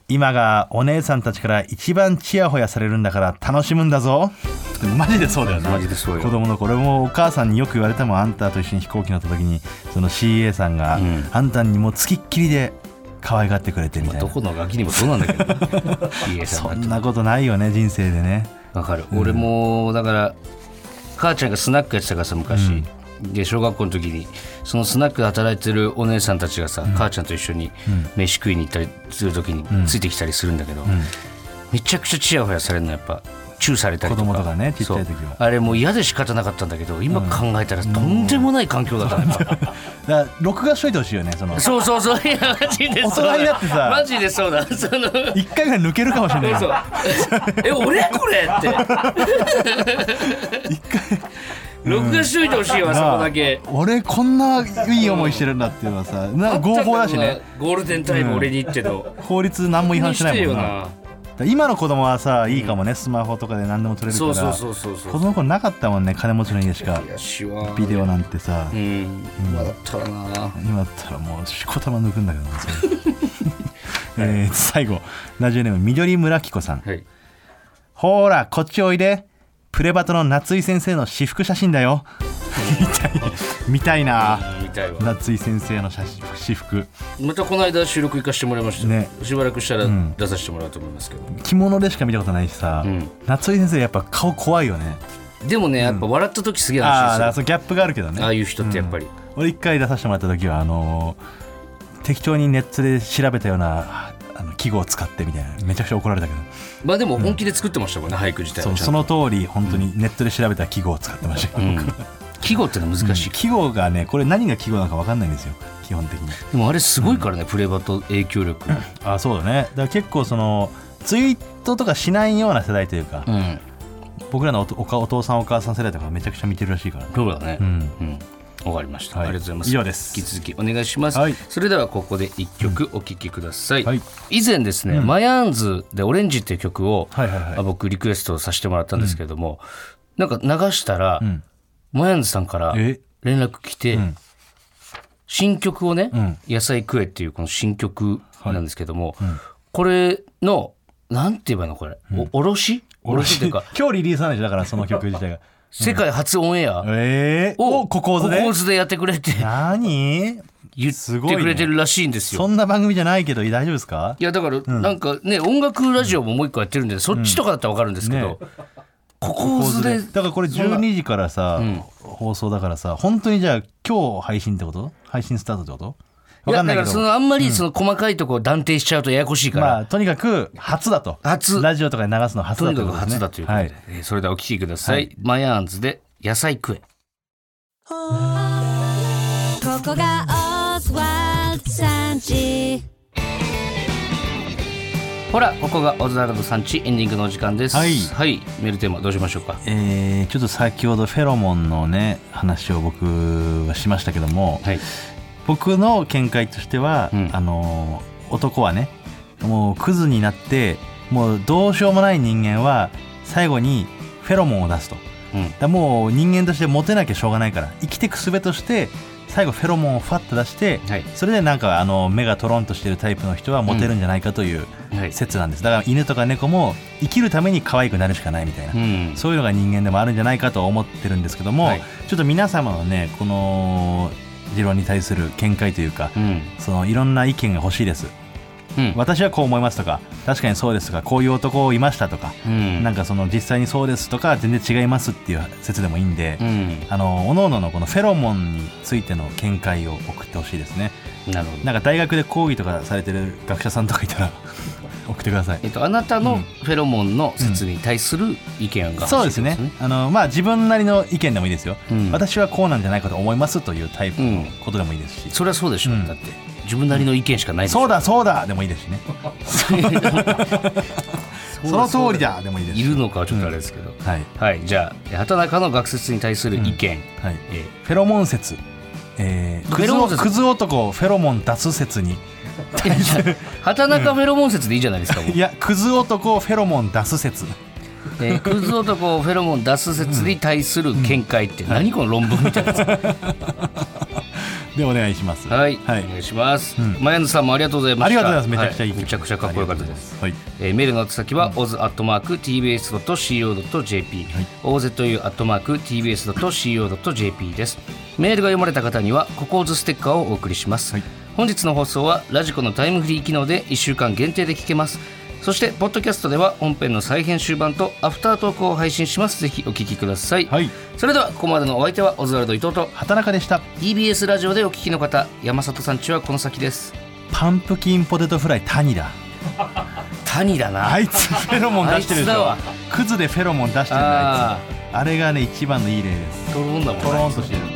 Speaker 3: 今がお姉さんたちから一番チヤホヤされるんだから楽しむんだぞでもマジでそうだよな
Speaker 2: マジでそうよ
Speaker 3: 子供の頃俺もお母さんによく言われてもあんたと一緒に飛行機乗った時にその CA さんが、
Speaker 2: うん
Speaker 3: あんたにもうつきっきりで可愛がってくれてみたいな、
Speaker 2: どこのガキにもそうなんだけ ど家さん
Speaker 3: そ
Speaker 2: なん
Speaker 3: ん
Speaker 2: て
Speaker 3: なことないよね人生でね
Speaker 2: わかる、俺もだから母ちゃんがスナックやってたからさ昔、で小学校の時にそのスナックで働いてるお姉さんたちがさ、母ちゃんと一緒に飯食いに行ったりする時についてきたりするんだけど、めちゃくちゃチヤホヤされるのやっぱチューされたりとか
Speaker 3: 子供とかねちっちゃい時は
Speaker 2: そうあれもう嫌で仕方なかったんだけど今考えたらとんでもない環境だったね、
Speaker 3: だから録画しといてほしいよねその
Speaker 2: そうそうそういやマジでそうだ
Speaker 3: 大人になってさ
Speaker 2: マジでそうだその
Speaker 3: 一回ぐらい抜けるかもしれ ない
Speaker 2: そうえ俺これって録画しといてほしいわそこだけ
Speaker 3: 俺こんないい思いしてるんだっていうのはさな合法だしね
Speaker 2: ゴールデンタイム俺に言ってど
Speaker 3: 法律何も違反しないもんな
Speaker 2: な
Speaker 3: だから今の子供はさいいかもね、スマホとかで何でも撮れるか
Speaker 2: そ
Speaker 3: ら
Speaker 2: うそうそうそうそう
Speaker 3: 子供の頃なかったもんね金持ちの家しか
Speaker 2: いやしわ
Speaker 3: ビデオなんてさ、
Speaker 2: うん今だったらな
Speaker 3: 今だったらもうしこたま抜くん だけどなそれ えー最後ラジオネーム緑村紀子さん、
Speaker 2: はい
Speaker 3: ほーらこっちおいでプレバトの夏井先生の私服写真だよ 見たい見たいな
Speaker 2: みたいわ
Speaker 3: 夏井先生の写真私服
Speaker 2: またこの間収録行かしてもらいましたよ
Speaker 3: ね
Speaker 2: しばらくしたら出させてもらうと思いますけど
Speaker 3: 着物でしか見たことないしさ、
Speaker 2: うん
Speaker 3: 夏井先生やっぱ顔怖いよね
Speaker 2: でもねやっぱ笑った時すげえ
Speaker 3: ああーだ
Speaker 2: 安心する
Speaker 3: からそのギャップがあるけどね
Speaker 2: ああいう人ってやっぱり
Speaker 3: 俺一回出させてもらった時はあのー適当にネットで調べたようなあの記号を使ってみたいなめちゃくちゃ怒られたけど
Speaker 2: まあでも本気で作ってましたもんね俳句自体
Speaker 3: そ
Speaker 2: は
Speaker 3: う
Speaker 2: ちゃ
Speaker 3: そ
Speaker 2: んと
Speaker 3: の通り本当にネットで調べた記号を使ってました、
Speaker 2: うん 季語ってのは難しい
Speaker 3: 記号がねこれ何が記号なのか分かんないんですよ基本的に
Speaker 2: でもあれすごいからね、プレバト影響力。
Speaker 3: あそうだねだから結構そのツイートとかしないような世代というか、
Speaker 2: うん、
Speaker 3: 僕らのおとおかお父さんお母さん世代とかめちゃくちゃ見てるらしいからね
Speaker 2: そうだね
Speaker 3: う。ん
Speaker 2: うん、わかりました、
Speaker 3: はい
Speaker 2: ありがとうございます。
Speaker 3: 以上です
Speaker 2: 引き続きお願いします。
Speaker 3: はい
Speaker 2: それではここで一曲お聴きください。
Speaker 3: はい
Speaker 2: 以前ですね、マヤーンズでオレンジっていう曲を、
Speaker 3: はいはいはい
Speaker 2: あ僕リクエストさせてもらったんですけれども、なんか流したら、
Speaker 3: ん
Speaker 2: マヤーンズさんから連
Speaker 3: え
Speaker 2: 絡来て、
Speaker 3: ん
Speaker 2: 新曲をね、
Speaker 3: ん
Speaker 2: 野菜食えっていうこの新曲なんですけども、これの、なんて言えばいいのこれ、おおろしおろしっていうか、
Speaker 3: 今日リリースなんでしょだからその曲 自体が
Speaker 2: 世界初オンエア
Speaker 3: ええー、
Speaker 2: を
Speaker 3: おここずで
Speaker 2: ここずでやってくれって
Speaker 3: 何
Speaker 2: 言
Speaker 3: す
Speaker 2: っ
Speaker 3: ごい
Speaker 2: て
Speaker 3: ね
Speaker 2: くれてるらしいんですよ。
Speaker 3: そんな番組じゃないけど大丈夫ですか
Speaker 2: いやだからなんかね、音楽ラジオももう一個やってるんで、そっちとかだったらわかるんですけど、ここずで
Speaker 3: だからこれ12時からさ、放送だからさ本当にじゃあ今日配信ってこと配信スタートってこと
Speaker 2: い
Speaker 3: わ
Speaker 2: や
Speaker 3: かんな
Speaker 2: だ
Speaker 3: い
Speaker 2: から
Speaker 3: けど
Speaker 2: そのあんまりその細かいとこを断定しちゃうとややこしいから、
Speaker 3: まあとにかく初だと
Speaker 2: 初
Speaker 3: ラジオとかで流すの初
Speaker 2: と
Speaker 3: だ
Speaker 2: に
Speaker 3: と
Speaker 2: かく初だということで、えーそれではお聞きください、
Speaker 3: はい
Speaker 2: マヤーンズで野菜食え
Speaker 4: ここがオズワルドさんち
Speaker 2: ほらここがオズワルドさんちエンディングのお時間です
Speaker 3: はい
Speaker 2: メールテーマどうしましょうか
Speaker 3: えーちょっと先ほどフェロモンのね話を僕はしましたけども、
Speaker 2: はい
Speaker 3: 僕の見解としては、
Speaker 2: うん
Speaker 3: あの男はねもうクズになってもうどうしようもない人間は最後にフェロモンを出すと
Speaker 2: うん
Speaker 3: だからもう人間としてモテなきゃしょうがないから生きてく術として最後フェロモンをファッと出して、
Speaker 2: はい
Speaker 3: それでなんかあの目がトロンとしてるタイプの人はモテるんじゃないかという
Speaker 2: はい
Speaker 3: 説なんですだから犬とか猫も生きるために可愛くなるしかないみたいな、
Speaker 2: うん
Speaker 3: そういうのが人間でもあるんじゃないかと思ってるんですけども、
Speaker 2: はい
Speaker 3: ちょっと皆様のねこの持論に対する見解というか、
Speaker 2: うん
Speaker 3: そのいろんな意見が欲しいです
Speaker 2: うん
Speaker 3: 私はこう思いますとか確かにそうですとかこういう男いましたとか、
Speaker 2: うん
Speaker 3: なんかその実際にそうですとか全然違いますっていう説でもいいんで、
Speaker 2: うん
Speaker 3: あの各々のこのフェロモンについての見解を送ってほしいですね
Speaker 2: なるほど
Speaker 3: なんか大学で講義とかされてる学者さんとかいたら 送ってください
Speaker 2: えっと、あなたのフェロモンの説に対する意見が
Speaker 3: そう
Speaker 2: 欲しい
Speaker 3: で
Speaker 2: っ
Speaker 3: す
Speaker 2: てこと
Speaker 3: ねあのまあ自分なりの意見でもいいですよ、
Speaker 2: うん
Speaker 3: 私はこうなんじゃないかと思いますというタイプのことでもいいですし、
Speaker 2: それはそうでしょ、
Speaker 3: うん
Speaker 2: だって自分なりの意見しかないでしょ
Speaker 3: そうだそうだでもいいですしね その通りだでもいいです
Speaker 2: い
Speaker 3: し
Speaker 2: るのかはちょっとあれですけど、
Speaker 3: はい、
Speaker 2: はいじゃあ畑中の学説に対する意見、
Speaker 3: はい、
Speaker 2: え
Speaker 3: フェロモン説えー、
Speaker 2: フ
Speaker 3: ク
Speaker 2: ェ
Speaker 3: ズ
Speaker 2: ロモン
Speaker 3: お
Speaker 2: 説
Speaker 3: クズ男フェロモン脱説に
Speaker 2: ー畑中フェロモン説でいいじゃないですかもう
Speaker 3: いやクズ男フェロモン脱説
Speaker 2: えークズ男をフェロモン出す説に対する見解って、何この論文みたいなやつ
Speaker 3: でお願いします
Speaker 2: はい、
Speaker 3: はい
Speaker 2: お願いします、前野さんもありがとうございました
Speaker 3: ありがとうございますめちゃくちゃいい
Speaker 2: はめちゃくちゃかっこよかったです
Speaker 3: はい
Speaker 2: えーメールの宛先は oz.tbs.co.jp、oz.tbs.co.jp ですメールが読まれた方にはココーズステッカーをお送りします、本日の放送はラジコのタイムフリー機能で1週間限定で聞けますそしてポッドキャストでは本編の再編集版とアフタートークを配信しますぜひお聞きください、
Speaker 3: はい
Speaker 2: それではここまでのお相手はオズワルド伊藤と
Speaker 3: 畑中でした
Speaker 2: TBS ラジオでお聞きの方山里さんちはこの先です
Speaker 3: パンプキンポテトフライ谷だ
Speaker 2: 谷だな
Speaker 3: あいつフェロモン出してるでし
Speaker 2: あいつだ
Speaker 3: ょ
Speaker 2: わ
Speaker 3: クズでフェロモン出してるのあいつあれがね一番のいい例です
Speaker 2: ドローンだもんね
Speaker 3: トローンとしてる